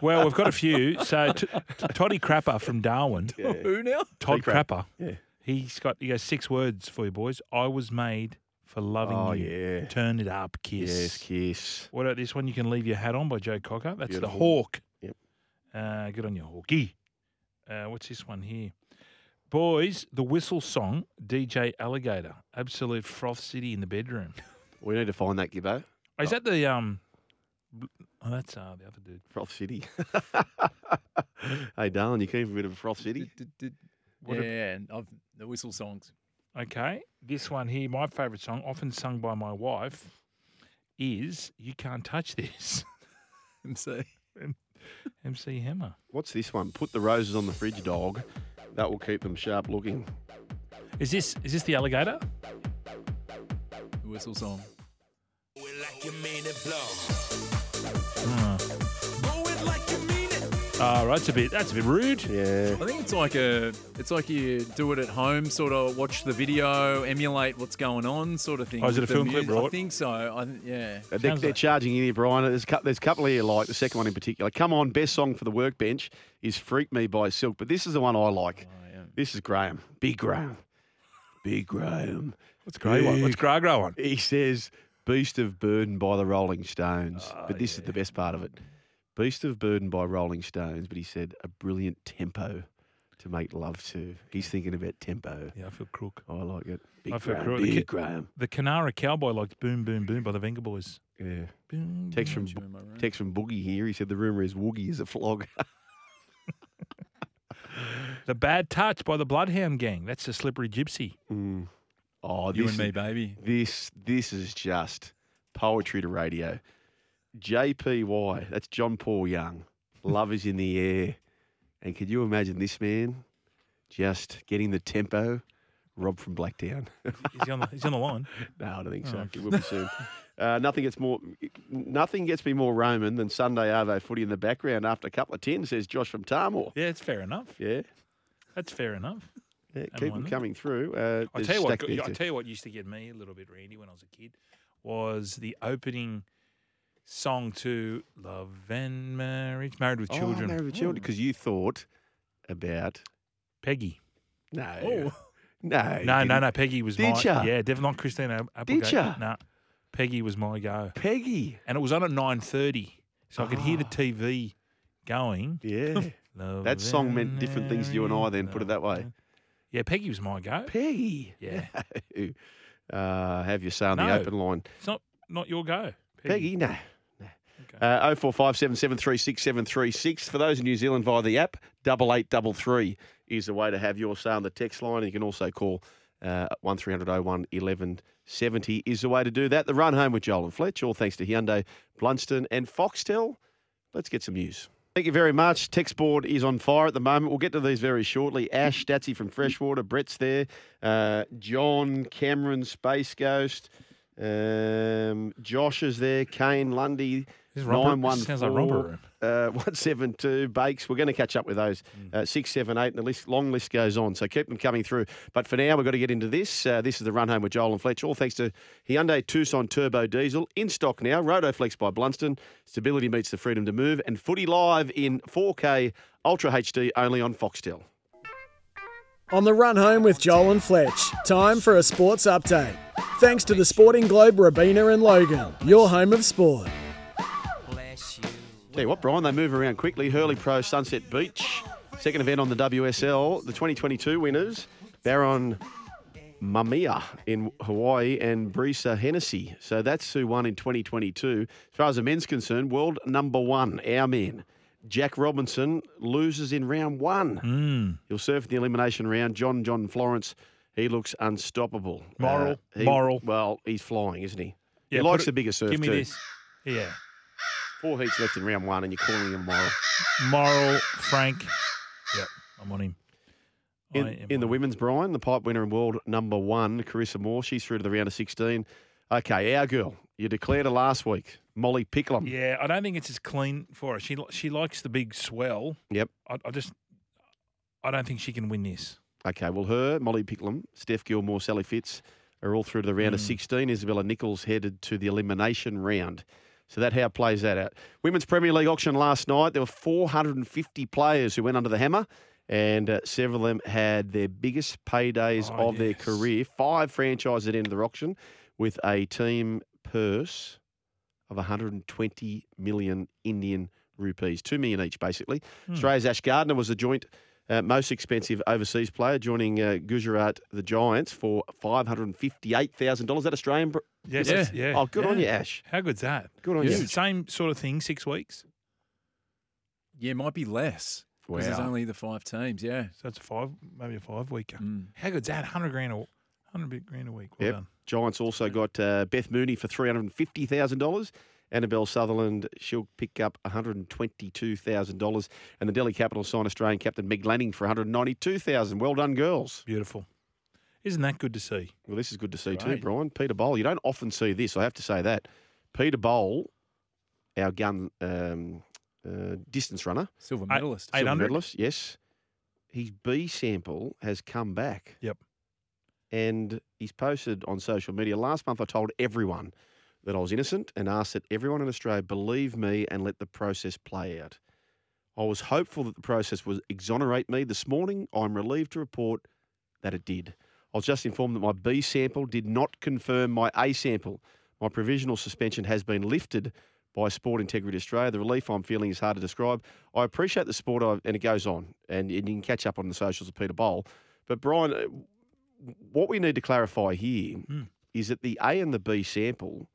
[SPEAKER 3] Well, we've got a few. So t- t- Toddy Crapper from Darwin.
[SPEAKER 5] Who now?
[SPEAKER 3] Todd
[SPEAKER 2] Crap.
[SPEAKER 3] Crapper.
[SPEAKER 2] Yeah.
[SPEAKER 3] He's got he goes six words for you boys. I was made for loving
[SPEAKER 2] Oh,
[SPEAKER 3] you.
[SPEAKER 2] yeah.
[SPEAKER 3] Turn it up, kiss.
[SPEAKER 2] yes, kiss.
[SPEAKER 3] What about this one? You can leave your hat on by Joe Cocker. That's
[SPEAKER 2] Beautiful.
[SPEAKER 3] the hawk.
[SPEAKER 2] Yep.
[SPEAKER 3] Uh, good on your hawky. Uh, what's this one here? Boys, the whistle song, DJ Alligator, absolute froth city in the <laughs> bedroom.
[SPEAKER 2] We need to find that Gibbo.
[SPEAKER 3] Oh, Is that the um? Oh, that's uh, the other dude.
[SPEAKER 2] Froth City. <laughs> hey, darling, you came from a bit of a Froth City.
[SPEAKER 3] What a-
[SPEAKER 5] yeah, and I've, the whistle songs.
[SPEAKER 3] Okay, this one here, my favourite song, often sung by my wife, is "You Can't Touch <laughs> This."
[SPEAKER 5] MC.
[SPEAKER 3] MC Hammer.
[SPEAKER 2] What's this one? Put the roses on the fridge, dog. That will keep them sharp looking.
[SPEAKER 3] Is this is this the alligator?
[SPEAKER 5] The whistle song.
[SPEAKER 3] Ah, right, it's a bit that's a bit rude.
[SPEAKER 2] Yeah.
[SPEAKER 5] I think it's like a, it's like you do it at home, sort of watch the video, emulate what's going on, sort of thing.
[SPEAKER 3] Oh, is it
[SPEAKER 5] with
[SPEAKER 3] a
[SPEAKER 5] the
[SPEAKER 3] film clip,
[SPEAKER 5] music. I
[SPEAKER 3] right?
[SPEAKER 5] think so. I think, yeah.
[SPEAKER 2] Uh, They're,
[SPEAKER 3] Sounds
[SPEAKER 2] they're
[SPEAKER 3] like-
[SPEAKER 2] charging in here, Brian. There's a, cou- there's a couple here, like the second one in particular. Come on, best song for the workbench is Freak Me by Silk, but this is the one I like.
[SPEAKER 3] Oh,
[SPEAKER 2] This is Graham. Big Graham. Big Graham.
[SPEAKER 3] What's grey one? What's grey grey one?
[SPEAKER 2] He says, Beast of Burden by the Rolling Stones.
[SPEAKER 3] Oh,
[SPEAKER 2] but this is the best part of it. Beast of Burden by Rolling Stones, but he said, a brilliant tempo to make love to. He's thinking about tempo.
[SPEAKER 3] Yeah, I feel crook.
[SPEAKER 2] I like it. Big
[SPEAKER 3] I feel
[SPEAKER 2] Graham.
[SPEAKER 3] cruel. The
[SPEAKER 2] Big
[SPEAKER 3] kid-
[SPEAKER 2] Graham.
[SPEAKER 3] The Canara Cowboy liked "Boom Boom Boom" by the Venga Boys.
[SPEAKER 2] Yeah.
[SPEAKER 3] Boom.
[SPEAKER 2] Text from text from Boogie here. He said the rumor is Woogie is a flog.
[SPEAKER 3] The Bad Touch by the Bloodhound Gang. That's the Slippery Gypsy.
[SPEAKER 2] Oh,
[SPEAKER 5] You
[SPEAKER 2] this
[SPEAKER 5] and me,
[SPEAKER 2] is-
[SPEAKER 5] baby.
[SPEAKER 2] This this is just poetry to radio. JPY, that's John Paul Young. Love is in the air. And could you imagine this man just getting the tempo? Rob from Blackdown. <laughs>
[SPEAKER 3] Is he on the, he's on the line.
[SPEAKER 2] No, I don't think so.
[SPEAKER 3] Oh.
[SPEAKER 2] It will be soon. Uh, nothing gets more, nothing gets me more Roman than Sunday Arvo footy in the background after a couple of ten. Says Josh from Tarmore.
[SPEAKER 3] Yeah, it's fair enough.
[SPEAKER 2] Yeah,
[SPEAKER 3] That's fair enough.
[SPEAKER 2] yeah, keep
[SPEAKER 3] why
[SPEAKER 2] them
[SPEAKER 3] not?
[SPEAKER 2] coming through. Uh,
[SPEAKER 3] I
[SPEAKER 2] there's
[SPEAKER 3] tell you what,
[SPEAKER 2] stack there
[SPEAKER 3] I
[SPEAKER 2] too.
[SPEAKER 3] tell you what used to get me a little bit, Randy, when I was a kid, was the opening song to "Love and Marriage," "Married with Children."
[SPEAKER 2] Oh, married with children, because you thought about
[SPEAKER 3] Peggy.
[SPEAKER 2] no, no, you
[SPEAKER 3] Oh. No, no,
[SPEAKER 2] didn't.
[SPEAKER 3] no. Peggy was
[SPEAKER 2] Did
[SPEAKER 3] my
[SPEAKER 2] ya?
[SPEAKER 3] yeah, definitely not Christina Applegate.
[SPEAKER 2] Did ya?
[SPEAKER 3] No, Peggy was my go,
[SPEAKER 2] Peggy.
[SPEAKER 3] and it was on at nine thirty, so I could hear the TV going.
[SPEAKER 2] <laughs> Yeah, Ah. That song meant different things to you and I then, put it that way.
[SPEAKER 3] Yeah, Peggy was my go.
[SPEAKER 2] Peggy.
[SPEAKER 3] Yeah.
[SPEAKER 2] Uh, have your say on the
[SPEAKER 3] No.
[SPEAKER 2] open line.
[SPEAKER 3] It's not not your go.
[SPEAKER 2] Peggy, no. Uh, 0457736736. For those in New Zealand via the app, 8833 is the way to have your say on the text line. And you can also call uh, 1300 01 1170 is the way to do that. The run home with Joel and Fletch, all thanks to Hyundai, Blunston and Foxtel. Let's get some news. Thank you very much. Text board is on fire at the moment. We'll get to these very shortly. Ash, Statsy from Freshwater, Brett's there, uh, John, Cameron, Space Ghost, um, Josh is there, Kane, Lundy,
[SPEAKER 3] This is romper-
[SPEAKER 2] 914,
[SPEAKER 3] sounds like romper room.
[SPEAKER 2] Uh, <laughs> 172, Bakes. We're going to catch up with those. Uh, 678, and the list, long list goes on. So keep them coming through. But for now, we've got to get into this. Uh, this is the run home with Joel and Fletch. All thanks to Hyundai Tucson Turbo Diesel. In stock now, Rotoflex by Blunston. Stability meets the freedom to move. And Footy Live in 4K Ultra HD only on Foxtel.
[SPEAKER 1] On the run home with Joel and Fletch, time for a sports update. Thanks to the Sporting Globe, Rabina and Logan, your home of sport.
[SPEAKER 2] Tell you what, Brian, they move around quickly. Hurley Pro Sunset Beach, second event on the WSL. The 2022 winners, Baron Mamiya in Hawaii and Brisa Hennessy. So that's who won in 2022. As far as the men's concerned, world number one, our men. Jack Robinson loses in round one.
[SPEAKER 3] Hmm.
[SPEAKER 2] He'll serve for the elimination round. John John Florence, he looks unstoppable. Uh,
[SPEAKER 3] Moral,
[SPEAKER 2] he-
[SPEAKER 3] moral.
[SPEAKER 2] Well, he's flying, isn't he? he
[SPEAKER 3] Yeah, put
[SPEAKER 2] likes
[SPEAKER 3] it-
[SPEAKER 2] the bigger serve
[SPEAKER 3] Give me
[SPEAKER 2] too.
[SPEAKER 3] this. Yeah.
[SPEAKER 2] Four heats left in round one, and you're calling him moral.
[SPEAKER 3] Moral, Frank. Yep, I'm on him. I
[SPEAKER 2] In,
[SPEAKER 3] am
[SPEAKER 2] in the
[SPEAKER 3] on him.
[SPEAKER 2] women's, Brian, the pipe winner and world number one, Carissa Moore, she's through to the round of 16. Okay, our girl, you declared her last week, Molly Picklum.
[SPEAKER 3] Yeah, I don't think it's as clean for her. She li- she likes the big swell.
[SPEAKER 2] Yep.
[SPEAKER 3] I, I just I don't think she can win this.
[SPEAKER 2] Okay, well, her, Molly Picklum, Steph Gilmore, Sally Fitz are all through to the round
[SPEAKER 3] Hmm.
[SPEAKER 2] of 16. Isabella Nichols headed to the elimination round. So that how plays that out. Women's Premier League auction last night, there were 450 players who went under the hammer, and uh, several of them had their biggest paydays
[SPEAKER 3] Oh,
[SPEAKER 2] of their
[SPEAKER 3] yes.
[SPEAKER 2] career. Five franchises at the end of their auction with a team purse of 120 million Indian rupees, two million each, basically.
[SPEAKER 3] Hmm.
[SPEAKER 2] Australia's Ash Gardner was the joint uh, most expensive overseas player, joining uh, Gujarat the Giants for five hundred and fifty-eight thousand dollars. That Australian? br-
[SPEAKER 3] Yes,
[SPEAKER 5] Yeah.
[SPEAKER 3] yeah.
[SPEAKER 2] Oh, good on
[SPEAKER 3] yeah.
[SPEAKER 2] you, Ash.
[SPEAKER 3] How good's that?
[SPEAKER 2] Good on
[SPEAKER 3] Is
[SPEAKER 2] you.
[SPEAKER 3] it Same sort of thing, six weeks.
[SPEAKER 5] Yeah, might be less because there's
[SPEAKER 2] Wow.
[SPEAKER 5] only the five teams. Yeah,
[SPEAKER 3] So it's a five, maybe a five weeker.
[SPEAKER 5] Mm.
[SPEAKER 3] How good's that? Hundred grand a hundred big grand a week. Well
[SPEAKER 2] Yep.
[SPEAKER 3] done.
[SPEAKER 2] Giants also got uh, Beth Mooney for three hundred and fifty thousand dollars. Annabelle Sutherland, she'll pick up one hundred and twenty-two thousand dollars, and the Delhi Capital sign Australian captain Meg Lanning for one hundred ninety-two thousand. Well done, girls.
[SPEAKER 3] Beautiful. Isn't that good to see?
[SPEAKER 2] Well, this is good to see too,
[SPEAKER 5] Great.
[SPEAKER 2] Brian. Peter Bowl. You don't often see this. I have to say that. Peter Bowl, our gun um, uh, distance runner,
[SPEAKER 5] silver
[SPEAKER 3] I-
[SPEAKER 5] medalist.
[SPEAKER 3] I-
[SPEAKER 2] silver
[SPEAKER 3] 800?
[SPEAKER 2] medalist. Yes, his B sample has come back.
[SPEAKER 3] Yep.
[SPEAKER 2] And he's posted on social media. Last month, I told everyone that I was innocent and asked that everyone in Australia believe me and let the process play out. I was hopeful that the process would exonerate me. This morning, I'm relieved to report that it did. I was just informed that my B sample did not confirm my A sample. My provisional suspension has been lifted by Sport Integrity Australia. The relief I'm feeling is hard to describe. I appreciate the sport, I've, and it goes on, and, and you can catch up on the socials of Peter Bowl. But Brian, uh, what we need to clarify here is
[SPEAKER 3] Hmm.
[SPEAKER 2] that the A and the B sample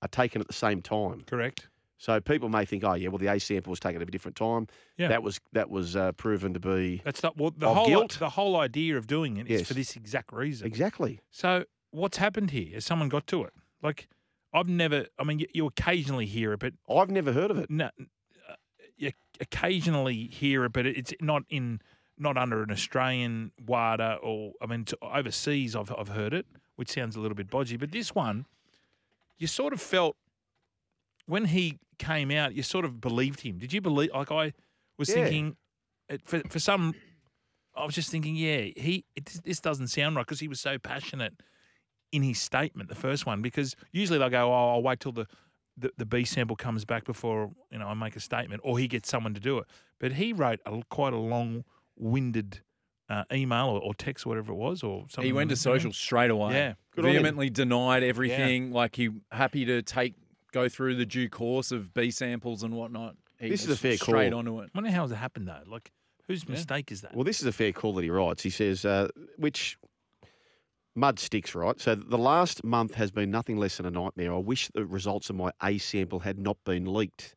[SPEAKER 2] are taken at the same time.
[SPEAKER 3] Correct.
[SPEAKER 2] So people may think, oh yeah, well the A sample was taken at a different time.
[SPEAKER 3] Yeah.
[SPEAKER 2] That was that was uh, proven to be
[SPEAKER 3] That's not well, the
[SPEAKER 2] Of
[SPEAKER 3] whole
[SPEAKER 2] guilt?
[SPEAKER 3] the whole idea of doing it is
[SPEAKER 2] Yes.
[SPEAKER 3] for this exact reason.
[SPEAKER 2] exactly.
[SPEAKER 3] So what's happened here? Has someone got to it? Like I've never. I mean, you, you occasionally hear it, but
[SPEAKER 2] I've never heard of it.
[SPEAKER 3] no, uh, you occasionally hear it, but it's not in not under an Australian WADA or I mean to overseas. I've I've heard it, which sounds a little bit bodgy, but this one, you sort of felt when he came out, you sort of believed him. Did you believe? Like I was
[SPEAKER 2] Yeah.
[SPEAKER 3] thinking, it, for for some, I was just thinking, yeah, he it, this doesn't sound right because he was so passionate in his statement, the first one, because usually they'll go, oh, I'll wait till the, the, the B sample comes back before, you know, I make a statement or he gets someone to do it. But he wrote a, quite a long-winded uh, email or, or text, whatever it was, or something.
[SPEAKER 5] he went
[SPEAKER 3] on
[SPEAKER 5] to
[SPEAKER 3] Instagram.
[SPEAKER 5] social straight away.
[SPEAKER 3] Yeah.
[SPEAKER 2] Good on him.
[SPEAKER 5] vehemently denied everything. Like he happy to take go through the due course of B samples and whatnot. He
[SPEAKER 2] This is
[SPEAKER 5] was
[SPEAKER 2] a fair
[SPEAKER 5] straight
[SPEAKER 2] call.
[SPEAKER 5] onto it.
[SPEAKER 3] I wonder how it happened though. Like, whose mistake is that?
[SPEAKER 2] Well, this is a fair call that he writes. He says, uh, which mud sticks, right? So the last month has been nothing less than a nightmare. I wish the results of my A sample had not been leaked.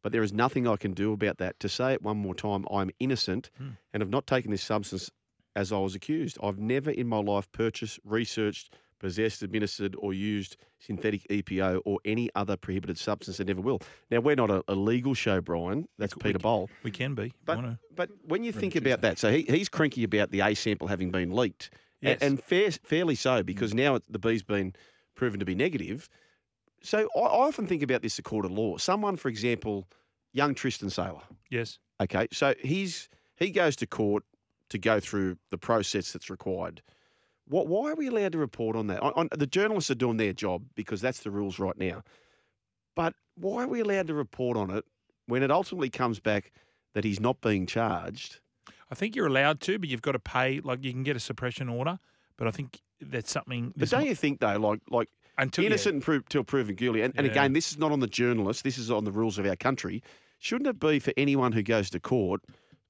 [SPEAKER 2] But there is nothing I can do about that. To say it one more time, I'm innocent and have not taken this substance as I was accused. I've never in my life purchased, researched, possessed, administered, or used synthetic EPO or any other prohibited substance and never will. Now, we're not a, a legal show, Brian. That's Peter Bowl.
[SPEAKER 3] we can be.
[SPEAKER 2] But,
[SPEAKER 3] Wanna-
[SPEAKER 2] but when you think about that, so he, he's cranky about the A sample having been leaked, a-
[SPEAKER 3] Yes. Mm.
[SPEAKER 2] and fair, fairly so, because now it, the B's been proven to be negative. So I, I often think about this in court of law. Someone, for example, young Tristan Saylor,
[SPEAKER 3] yes.
[SPEAKER 2] okay, so he's he goes to court to go through the process that's required. What, why are we allowed to report on that? On, on, the journalists are doing their job because that's the rules right now. But why are we allowed to report on it when it ultimately comes back that he's not being charged?
[SPEAKER 3] I think you're allowed to, but you've got to pay. Like, you can get a suppression order, but I think that's something.
[SPEAKER 2] But
[SPEAKER 3] there's
[SPEAKER 2] don't
[SPEAKER 3] not-
[SPEAKER 2] you think though, like like
[SPEAKER 3] Until- yeah.
[SPEAKER 2] innocent until proven guilty, and, and
[SPEAKER 3] Yeah.
[SPEAKER 2] again, this is not on the journalist. This is on the rules of our country. Shouldn't it be for anyone who goes to court?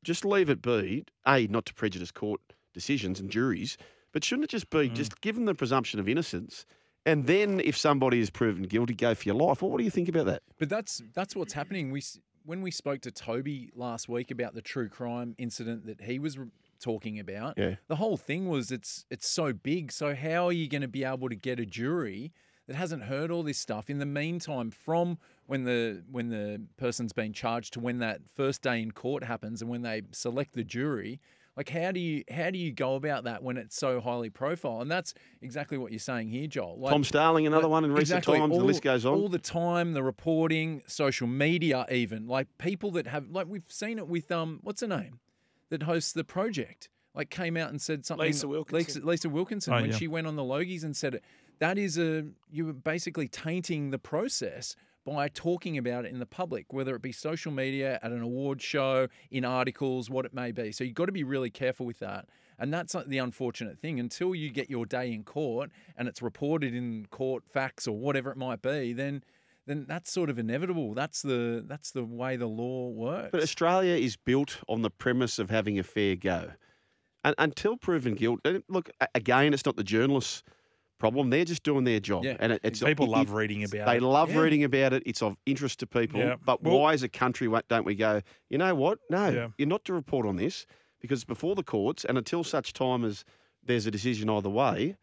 [SPEAKER 2] Just leave it be. A not to prejudice court decisions and juries, but shouldn't it just be
[SPEAKER 3] Mm.
[SPEAKER 2] just give them the presumption of innocence, and then if somebody is proven guilty, go for your life. Well, what do you think about that?
[SPEAKER 5] But that's that's what's happening. We s- when we spoke to Toby last week about the true crime incident that he was re- talking about.
[SPEAKER 2] Yeah.
[SPEAKER 5] The whole thing was it's it's so big. So how are you going to be able to get a jury that hasn't heard all this stuff in the meantime from when the when the person's been charged to when that first day in court happens and when they select the jury? Like how do you how do you go about that when it's so highly profile? And that's exactly what you're saying here, Joel. Like,
[SPEAKER 2] Tom Starling, another one in recent
[SPEAKER 5] Exactly.
[SPEAKER 2] times. the
[SPEAKER 5] All-
[SPEAKER 2] list goes on.
[SPEAKER 5] All the time, the reporting, social media, even like people that have like we've seen it with um, what's her name, that hosts the project, like came out and said something.
[SPEAKER 4] Lisa Wilkinson.
[SPEAKER 5] Lisa, Lisa Wilkinson
[SPEAKER 3] Oh,
[SPEAKER 5] when
[SPEAKER 3] yeah.
[SPEAKER 5] she went on the Logies and said it. That is a you were basically tainting the process by talking about it in the public, whether it be social media, at an award show, in articles, what it may be. So you've got to be really careful with that. And that's like the unfortunate thing. Until you get your day in court and it's reported in court facts or whatever it might be, then then that's sort of inevitable. That's the that's the way the law works.
[SPEAKER 2] But Australia is built on the premise of having a fair go. And until proven guilty, look, a- again, it's not the journalists' problem. They're just doing their job.
[SPEAKER 5] Yeah.
[SPEAKER 2] And it- it's
[SPEAKER 3] People
[SPEAKER 2] it-
[SPEAKER 3] love
[SPEAKER 2] it-
[SPEAKER 3] reading about
[SPEAKER 2] They
[SPEAKER 3] it.
[SPEAKER 2] love
[SPEAKER 5] Yeah.
[SPEAKER 2] reading about it. It's of interest to people.
[SPEAKER 3] Yeah.
[SPEAKER 2] But
[SPEAKER 3] Well-
[SPEAKER 2] why, as a country, wa- don't we go, you know what? No,
[SPEAKER 3] Yeah.
[SPEAKER 2] you're not to report on this because it's before the courts. And until such time as there's a decision either way,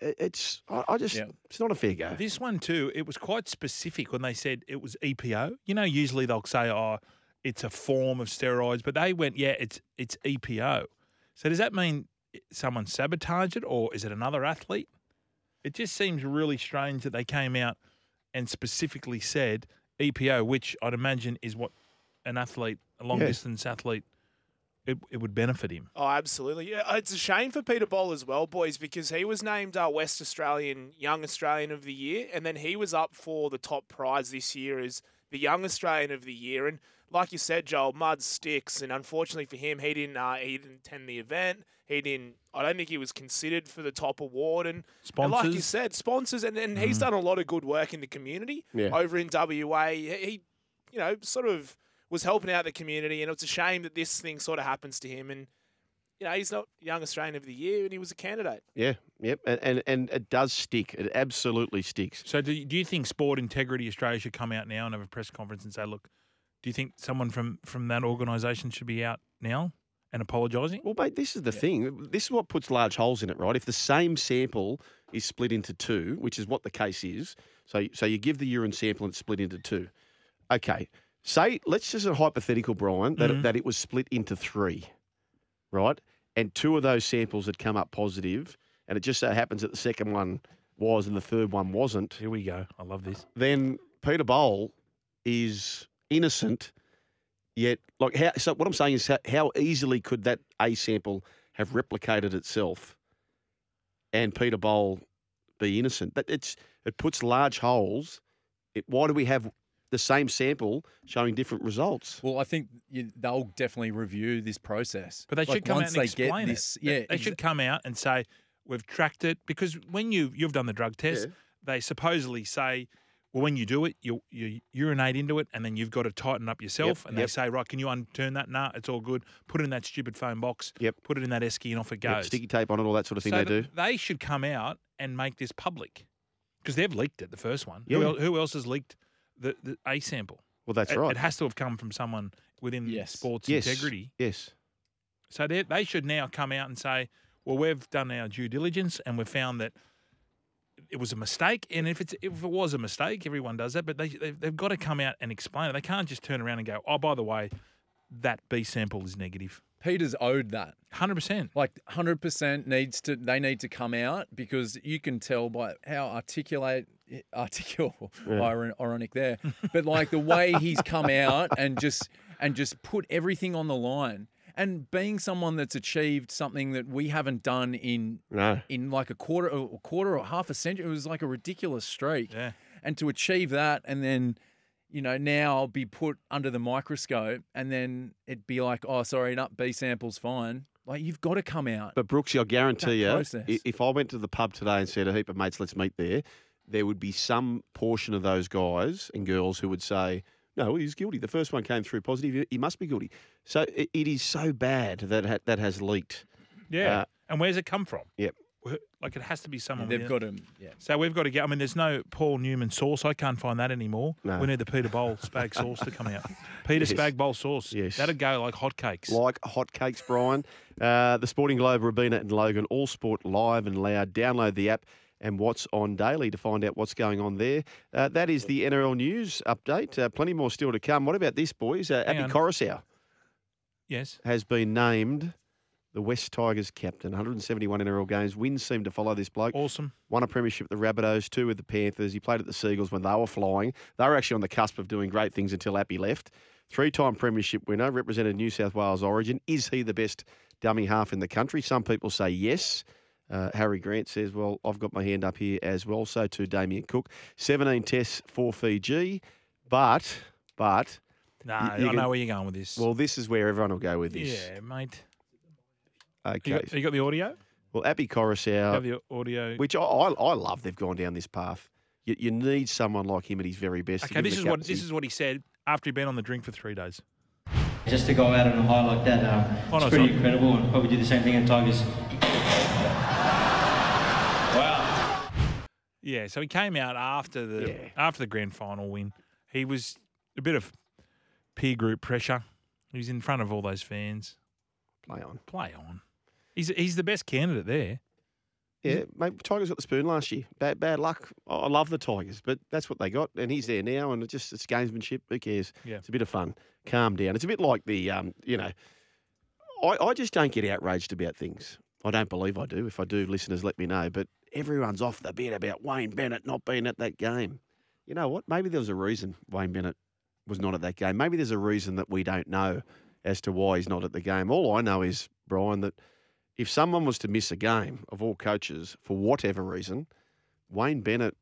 [SPEAKER 2] i- it's, I, I just,
[SPEAKER 5] Yeah.
[SPEAKER 2] it's not a fair go.
[SPEAKER 3] This one too, it was quite specific when they said it was EPO. You know, usually they'll say, "Oh, it's a form of steroids," but they went, "Yeah, it's it's EPO." So does that mean someone sabotaged it, or is it another athlete? It just seems really strange that they came out and specifically said EPO, which I'd imagine is what an athlete, a long distance athlete, it, it would benefit him.
[SPEAKER 4] Oh, absolutely. Yeah, it's a shame for Peter Boll as well, boys, because he was named uh, West Australian Young Australian of the Year, and then he was up for the top prize this year as the Young Australian of the Year. And like you said, Joel, mud sticks, and unfortunately for him, he didn't. Uh, he didn't attend the event. He didn't. I don't think he was considered for the top award. And, and like you
[SPEAKER 3] Sponsors?
[SPEAKER 4] said, sponsors, and, and he's done a lot of good work in the community
[SPEAKER 2] Mm. Yeah.
[SPEAKER 4] over in WA. He, he, you know, sort of was helping out the community, and it's a shame that this thing sort of happens to him. And you know, he's not Young Australian of the Year, and he was a candidate.
[SPEAKER 2] Yeah, yep. And, and, and it does stick. It absolutely sticks.
[SPEAKER 3] So, do, do you think Sport Integrity Australia should come out now and have a press conference and say, "Look, do you think someone from from that organisation should be out now and apologising?"
[SPEAKER 2] Well, mate, this is the thing. This is what puts large holes in it, right? If the same sample is split into two, which is what the case is, so so you give the urine sample and it's split into two. Okay, say let's just a hypothetical, Brian, that that it was split into three, right? And two of those samples had come up positive, and it just so happens that the second one was and the third one wasn't.
[SPEAKER 3] Here we go. I love this.
[SPEAKER 2] Then Peter Bowl is innocent yet like how so what i'm saying is how, how easily could that a sample have replicated itself and peter bowl be innocent that it's it puts large holes it, why do we have the same sample showing different results
[SPEAKER 5] Well, I think you, they'll definitely review this process.
[SPEAKER 3] But they
[SPEAKER 5] Like,
[SPEAKER 3] should come out
[SPEAKER 5] once
[SPEAKER 3] and
[SPEAKER 5] they get
[SPEAKER 3] explain
[SPEAKER 5] this,
[SPEAKER 3] it. They-
[SPEAKER 5] Yeah,
[SPEAKER 3] they should come out and say, "We've tracked it," because when you you've done the drug test, they supposedly say Well, when you do it, you you urinate into it, and then you've got to tighten up yourself. and they
[SPEAKER 2] yep.
[SPEAKER 3] say, right, can you unturn that? Nah, it's all good. Put it in that stupid foam box.
[SPEAKER 2] Yep.
[SPEAKER 3] Put it in that esky, and off it goes.
[SPEAKER 2] Yep, sticky tape on it, all that sort of thing
[SPEAKER 3] So
[SPEAKER 2] they do.
[SPEAKER 3] th- They should come out and make this public because they've leaked it. The first one. Who,
[SPEAKER 2] Yeah.
[SPEAKER 3] el- who else has leaked the, the a sample?
[SPEAKER 2] Well, that's
[SPEAKER 3] it,
[SPEAKER 2] right.
[SPEAKER 3] It has to have come from someone within
[SPEAKER 5] Yes.
[SPEAKER 3] sports
[SPEAKER 2] yes.
[SPEAKER 3] integrity.
[SPEAKER 2] Yes.
[SPEAKER 3] So they they should now come out and say, well, we've done our due diligence and we've found that it was a mistake. And if it's if it was a mistake, everyone does that. But they they've, they've got to come out and explain it. They can't just turn around and go, oh, by the way, that B sample is negative.
[SPEAKER 5] Peter's owed that.
[SPEAKER 3] Hundred percent.
[SPEAKER 2] Uh,
[SPEAKER 5] Like 100% needs to they need to come out because you can tell by how articulate <laughs> articulate iron, ironic there. But like the way he's come out and just and just put everything on the line and being someone that's achieved something that we haven't done in
[SPEAKER 2] No.
[SPEAKER 5] in like a quarter a quarter or half a century it was like a ridiculous streak.
[SPEAKER 3] Yeah.
[SPEAKER 5] And to achieve that and then you know, now be put under the microscope and then it'd be like, oh, sorry, no, B sample's fine. Like, you've got to come out.
[SPEAKER 2] But Brooksy, I guarantee you, i-
[SPEAKER 5] process.
[SPEAKER 2] if I went to the pub today and said, "A heap of mates, let's meet there," there would be some portion of those guys and girls who would say, "No, he's guilty. The first one came through positive. He- He must be guilty." So it, it is so bad that ha- that has leaked.
[SPEAKER 3] Yeah.
[SPEAKER 2] Uh,
[SPEAKER 3] and where's it come from?
[SPEAKER 2] Yep.
[SPEAKER 3] Wh- Like it has to be someone.
[SPEAKER 5] They've
[SPEAKER 3] within-
[SPEAKER 5] got him. Yeah.
[SPEAKER 3] So we've got to get. I mean, there's no Paul Newman sauce. I can't find that anymore.
[SPEAKER 2] No.
[SPEAKER 3] We need the Peter Bowl
[SPEAKER 2] <laughs>
[SPEAKER 3] spag sauce to come out. Peter
[SPEAKER 2] Yes.
[SPEAKER 3] spag bowl sauce.
[SPEAKER 2] Yes.
[SPEAKER 3] That'd go like hotcakes.
[SPEAKER 2] Like hotcakes,
[SPEAKER 3] <laughs>
[SPEAKER 2] Brian. Uh, the Sporting Globe, Rabina and Logan, all sport live and loud. Download the app and what's on daily to find out what's going on there. Uh, that is the NRL news update. Uh, plenty more still to come. What about this, boys? Uh,
[SPEAKER 3] Hang
[SPEAKER 2] Abby
[SPEAKER 3] on.
[SPEAKER 2] Coruscant
[SPEAKER 3] Yes.
[SPEAKER 2] has been named the West Tigers captain. 171 NRL games. Wins seem to follow this bloke.
[SPEAKER 3] Awesome.
[SPEAKER 2] Won a premiership with the Rabbitohs, two with the Panthers. He played at the Seagulls when they were flying. They were actually on the cusp of doing great things until Appy left. Three time premiership winner, represented New South Wales Origin. Is he the best dummy half in the country? Some people say yes. Uh, Harry Grant says, Well, I've got my hand up here as well. So too Damien Cook. 17 tests for Fiji. But, but,
[SPEAKER 3] Nah,
[SPEAKER 2] you
[SPEAKER 3] I
[SPEAKER 2] can-
[SPEAKER 3] know where you're going with this.
[SPEAKER 2] well, this is where everyone will go with this.
[SPEAKER 3] yeah, mate. You
[SPEAKER 2] Okay. Uh,
[SPEAKER 3] got, you got the audio?
[SPEAKER 2] Well, Appy Coruscant.
[SPEAKER 3] Have the audio.
[SPEAKER 2] which I, I, I love. They've gone down this path. You, you need someone like him at his very best. to
[SPEAKER 3] okay,
[SPEAKER 2] give
[SPEAKER 3] this
[SPEAKER 2] him
[SPEAKER 3] is
[SPEAKER 2] the
[SPEAKER 3] what
[SPEAKER 2] captaincy.
[SPEAKER 3] this is what he said after he'd been on the drink for three days.
[SPEAKER 8] Just to go out on a high like that, uh,
[SPEAKER 3] Oh, no,
[SPEAKER 8] it's pretty
[SPEAKER 3] sorry.
[SPEAKER 8] incredible and probably do the same thing at Tigers.
[SPEAKER 3] Yeah, so he came out after the
[SPEAKER 2] Yeah.
[SPEAKER 3] after the grand final win. He was a bit of peer group pressure. He was in front of all those fans.
[SPEAKER 2] play on.
[SPEAKER 3] Play on. He's he's the best candidate there.
[SPEAKER 2] Yeah, mate. Tigers got the spoon last year. Bad bad luck. I I love the Tigers, but that's what they got, and he's there now. And it just it's gamesmanship. Who cares?
[SPEAKER 3] Yeah.
[SPEAKER 2] it's a bit of fun. Calm down. It's a bit like the um, you know, I, I just don't get outraged about things. I don't believe I do. If I do, listeners, let me know. But everyone's off the bit about Wayne Bennett not being at that game. You know what? Maybe there was a reason Wayne Bennett was not at that game. Maybe there's a reason that we don't know as to why he's not at the game. All I know is, Brian, that if someone was to miss a game of all coaches for whatever reason, Wayne Bennett,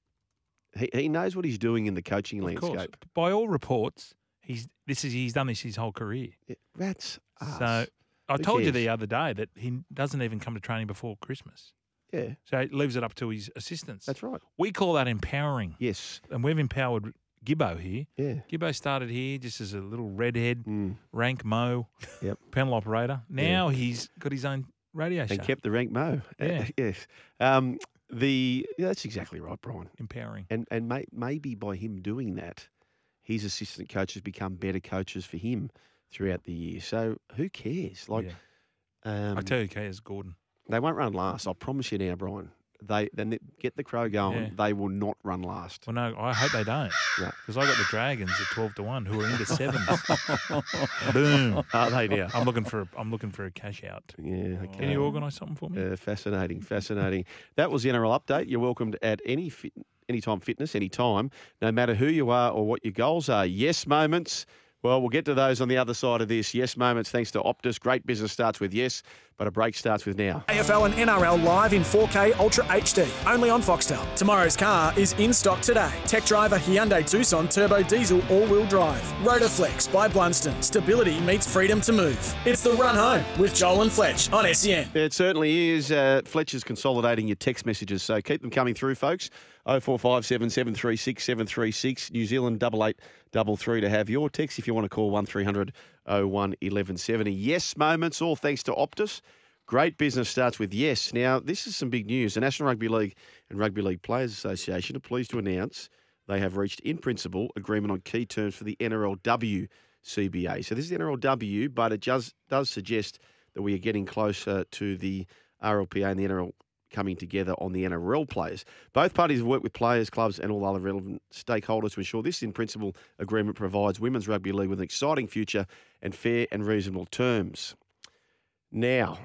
[SPEAKER 2] he, he knows what he's doing in the coaching
[SPEAKER 3] Of course.
[SPEAKER 2] landscape.
[SPEAKER 3] By all reports, he's this is he's done this his whole career.
[SPEAKER 2] Yeah, That's us.
[SPEAKER 3] So I
[SPEAKER 2] Who
[SPEAKER 3] told you
[SPEAKER 2] cares?
[SPEAKER 3] the other day that he doesn't even come to training before Christmas.
[SPEAKER 2] yeah,
[SPEAKER 3] So he leaves it up to his assistants.
[SPEAKER 2] that's right.
[SPEAKER 3] We call that empowering.
[SPEAKER 2] Yes,
[SPEAKER 3] And we've empowered Gibbo here.
[SPEAKER 2] yeah.
[SPEAKER 3] Gibbo started here just as a little redhead,
[SPEAKER 2] Mm.
[SPEAKER 3] rank mo,
[SPEAKER 2] Yep.
[SPEAKER 3] panel operator. Now he's got his own radio show.
[SPEAKER 2] And kept the rank mo.
[SPEAKER 3] Yeah.
[SPEAKER 2] yes. Um, the yeah, that's exactly right, Brian.
[SPEAKER 3] empowering.
[SPEAKER 2] And and may, maybe by him doing that, his assistant coaches become better coaches for him throughout the year. So who cares? Like,
[SPEAKER 3] Yeah.
[SPEAKER 2] um,
[SPEAKER 3] I tell you, K is Gordon.
[SPEAKER 2] they won't run last. I promise you now, Brian. They then get the crow going.
[SPEAKER 3] Yeah.
[SPEAKER 2] They will not run last.
[SPEAKER 3] Well, no, I hope they don't.
[SPEAKER 2] No.
[SPEAKER 3] Because I got the Dragons at 12 to 1 who are
[SPEAKER 2] <laughs>
[SPEAKER 3] into sevens. Boom.
[SPEAKER 2] Are they now?
[SPEAKER 3] I'm looking for a, I'm looking for a cash out.
[SPEAKER 2] Yeah. Okay.
[SPEAKER 3] Can you organise something for me?
[SPEAKER 2] Uh, fascinating, fascinating. That was the NRL update. You're welcomed at any fit, anytime fitness, anytime, no matter who you are or what your goals are. Yes moments. Well, we'll get to those on the other side of this. Yes moments, thanks to Optus. Great business starts with yes. But a break starts with now.
[SPEAKER 1] AFL and NRL live in 4K Ultra HD, only on Foxtel. Tomorrow's car is in stock today. Tech driver Hyundai Tucson Turbo Diesel All Wheel Drive. Rotoflex by Blunston. Stability meets freedom to move. It's the run home with Joel and Fletch on E SEN.
[SPEAKER 2] It certainly is. Uh, Fletcher's consolidating your text messages, so keep them coming through, folks. 0457 736 736, New Zealand 8833 to have your text if you want to call 1300 01 1170. Yes moments, all thanks to Optus. Great business starts with yes. Now, this is some big news. The National Rugby League and Rugby League Players Association are pleased to announce they have reached, in principle, agreement on key terms for the NRLW CBA. So this is the NRLW, but it does, does suggest that we are getting closer to the RLPA and the NRL coming together on the NRL players. Both parties have worked with players, clubs, and all other relevant stakeholders to ensure this, in principle, agreement provides women's rugby league with an exciting future and fair and reasonable terms. Now,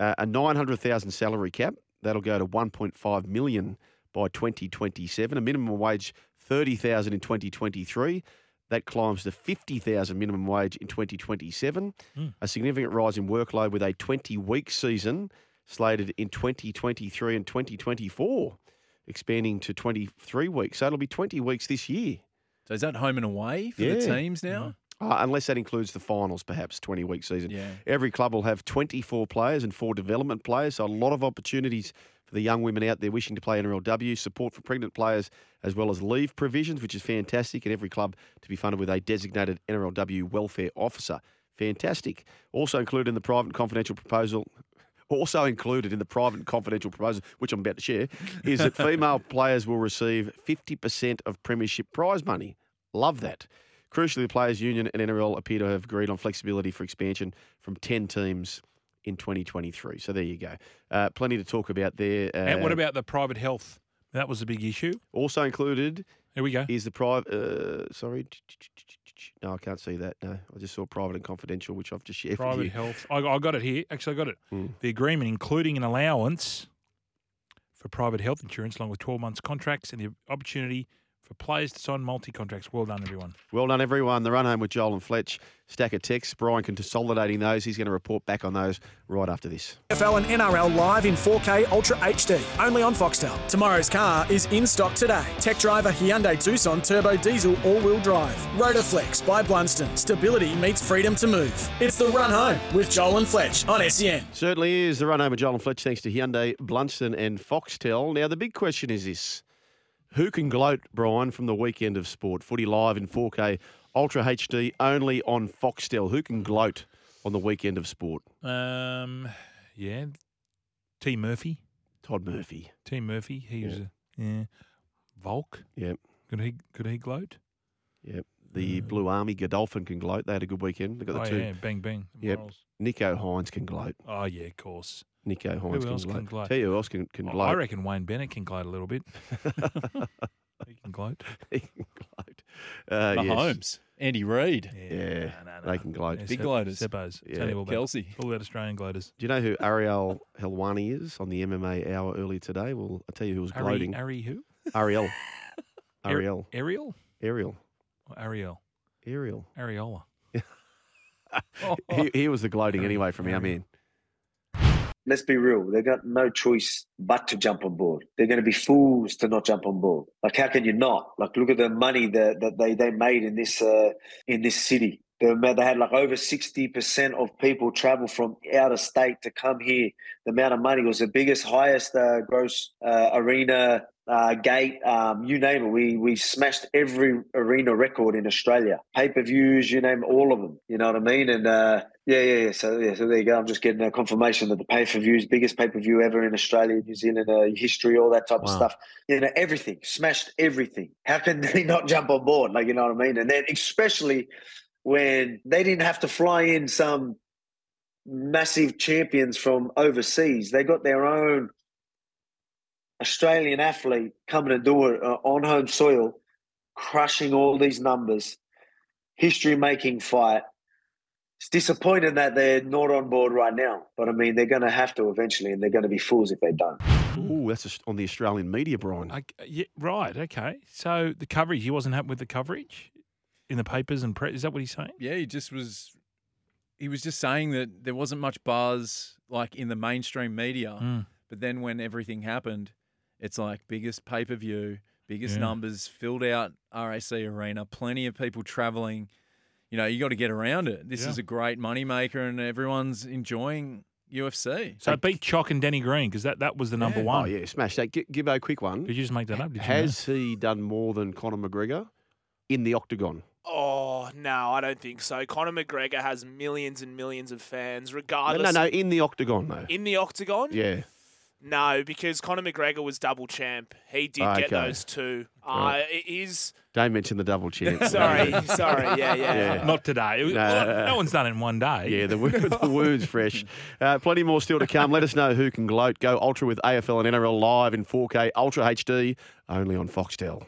[SPEAKER 2] uh, a 900,000 salary cap. That'll go to 1.5 million by 2027. A minimum wage 30,000 in 2023. That climbs to 50,000 minimum wage in 2027. A significant rise in workload with a 20 week season slated in 2023 and 2024, expanding to 23 weeks. So it'll be 20 weeks this year.
[SPEAKER 9] So is that home and away for the
[SPEAKER 2] Yeah.
[SPEAKER 9] teams now?
[SPEAKER 2] Uh, unless that includes the finals, perhaps 20 week season.
[SPEAKER 9] Yeah.
[SPEAKER 2] Every club will have 24 players and four development players. So, a lot of opportunities for the young women out there wishing to play NRLW, support for pregnant players, as well as leave provisions, which is fantastic. And every club to be funded with a designated NRLW welfare officer. Fantastic. Also included in the private and confidential proposal. Also included in the private and confidential proposal, which I'm about to share, is that female players will receive 50% of premiership prize money. Love that. Crucially, the Players Union and NRL appear to have agreed on flexibility for expansion from 10 teams in 2023. So there you go. Uh, plenty to talk about there. Uh,
[SPEAKER 3] and what about the private health? That was a big issue.
[SPEAKER 2] Also included
[SPEAKER 3] Here we go.
[SPEAKER 2] is the private. Uh, sorry. No, I can't see that. No, I just saw private and confidential, which I've just shared with
[SPEAKER 3] Private
[SPEAKER 2] you.
[SPEAKER 3] health. I, I got it here. Actually, I got it.
[SPEAKER 2] Hmm.
[SPEAKER 3] The agreement, including an allowance for private health insurance, along with 12 months contracts and the opportunity for players to sign multi contracts. Well done, everyone.
[SPEAKER 2] Well done, everyone. The run home with Joel and Fletch. Stack of texts. Brian consolidating those. He's going to report back on those right after this.
[SPEAKER 1] AFL and NRL live in 4K Ultra HD, only on Foxtel. Tomorrow's car is in stock today. Tech driver Hyundai Tucson Turbo Diesel All Wheel Drive. Rotoflex by Blunston. Stability meets freedom to move. It's the run home with Joel and Fletch on E SEN.
[SPEAKER 2] Certainly is the run home of Joel and Fletch, thanks to Hyundai, Blunston, and Foxtel. Now, the big question is this Who can gloat, Brian, from the weekend of sport? Footy live in 4K, Ultra HD, only on Foxtel. Who can gloat on the weekend of sport?
[SPEAKER 3] Um, yeah. T. Murphy.
[SPEAKER 2] Todd Murphy.
[SPEAKER 3] T. Murphy. He was a. Yeah. Volk.
[SPEAKER 2] Yep,
[SPEAKER 3] Could he, could he gloat?
[SPEAKER 2] yep. The Blue Army Godolphin can gloat. They had a good weekend. They got the
[SPEAKER 3] oh,
[SPEAKER 2] two.
[SPEAKER 3] yeah. Bang, bang.
[SPEAKER 2] Yep.
[SPEAKER 3] Morals.
[SPEAKER 2] Nico Hines can gloat.
[SPEAKER 3] Oh, yeah, of course.
[SPEAKER 2] Nico Hines
[SPEAKER 3] else can
[SPEAKER 2] gloat.
[SPEAKER 3] gloat? Oh,
[SPEAKER 2] Tell you who else can, can
[SPEAKER 3] I-
[SPEAKER 2] gloat.
[SPEAKER 3] I reckon Wayne Bennett can gloat a
[SPEAKER 2] <laughs>
[SPEAKER 3] little bit. he can gloat.
[SPEAKER 2] He can gloat. Uh, yes.
[SPEAKER 9] Mahomes, Andy Reid,
[SPEAKER 2] Yeah, they can gloat.
[SPEAKER 3] Yeah,
[SPEAKER 9] Big
[SPEAKER 3] Sep-
[SPEAKER 9] gloaters.
[SPEAKER 3] Seppos.
[SPEAKER 2] Yeah.
[SPEAKER 3] Tony Wilbeck.
[SPEAKER 9] Kelsey.
[SPEAKER 3] All about Australian gloaters.
[SPEAKER 2] Do you know who Ariel Helwani is on the MMA hour earlier today? Well, I'll tell you who was
[SPEAKER 3] Ari,
[SPEAKER 2] gloating.
[SPEAKER 3] Ari who?
[SPEAKER 2] Ariel.
[SPEAKER 3] <laughs> Ari-
[SPEAKER 2] Ariel.
[SPEAKER 3] Ariel?
[SPEAKER 2] Ariel.
[SPEAKER 3] Or Ariel?
[SPEAKER 2] Ariel.
[SPEAKER 3] Ariola. Oh.
[SPEAKER 2] He, he was the gloating anyway from our man.
[SPEAKER 5] let's be real, they got no choice but to jump on board. They're going to be fools to not jump on board. Like, how can you not? Like, look at the money that, that they, they made in this uh, in this city. They, ma- they had like over sixty percent of people travel from out of state to come here. The amount of money it was the biggest, highest uh, gross uh, arena uh, gate. Um, you name it, we we smashed every arena record in Australia. Pay per views, you name it, all of them. You know what I mean? And uh, yeah, yeah, yeah. So yeah, so there you go. I'm just getting a confirmation that the pay per views, biggest pay per view ever in Australia, New Zealand uh, history, all that type of
[SPEAKER 2] Wow.
[SPEAKER 5] stuff. You know, everything smashed everything. How can <laughs> they not jump on board? Like you know what I mean? And then especially when they didn't have to fly in some massive champions from overseas. They got their own Australian athlete coming to do it uh, on home soil, crushing all these numbers, history making fight. It's disappointing that they're not on board right now, but I mean, they're going to have to eventually, and they're going to be fools if they don't.
[SPEAKER 2] Ooh, that's just on the Australian media, Brian.
[SPEAKER 3] I, yeah, right, okay. So the coverage, he wasn't happy with the coverage in the papers and press. Is that what he's saying?
[SPEAKER 9] Yeah, he just was
[SPEAKER 5] he was just saying that there wasn't much buzz like in the mainstream media,
[SPEAKER 3] Mm.
[SPEAKER 5] but then when everything happened, it's like biggest pay per view, biggest
[SPEAKER 3] Yeah.
[SPEAKER 5] numbers, filled out RAC arena, plenty of people traveling. You know, you got to get around it. This
[SPEAKER 3] Yeah.
[SPEAKER 5] is a great moneymaker, and everyone's enjoying UFC.
[SPEAKER 3] So it beat Chock and Danny Green because that, that was the number
[SPEAKER 5] Yeah.
[SPEAKER 3] one.
[SPEAKER 2] Oh, yeah, smash that. Gi- Gibbo, quick one.
[SPEAKER 3] Did you just make that up? Did you know?
[SPEAKER 2] Has he done more than Conor McGregor in the octagon?
[SPEAKER 4] Oh no, I don't think so. Conor McGregor has millions and millions of fans,
[SPEAKER 2] No,
[SPEAKER 4] regardless.
[SPEAKER 2] no, no, in the octagon though.
[SPEAKER 4] In the octagon,
[SPEAKER 2] Yeah,
[SPEAKER 4] no, because Conor McGregor was double champ. He did
[SPEAKER 2] Ah, Okay.
[SPEAKER 4] get those two. Uh,
[SPEAKER 2] Right.
[SPEAKER 4] it is
[SPEAKER 2] don't mention the double chance. <laughs>
[SPEAKER 4] <laughs> sorry, sorry, yeah, yeah.
[SPEAKER 2] Yeah.
[SPEAKER 3] Not today. It was-
[SPEAKER 2] No.
[SPEAKER 3] well, no one's done it in one day.
[SPEAKER 2] Yeah, the, wound, the wound's fresh. Uh, plenty more still to come. Let us know who can gloat. Go Ultra with AFL and NRL live in 4K Ultra HD, only on Foxtel.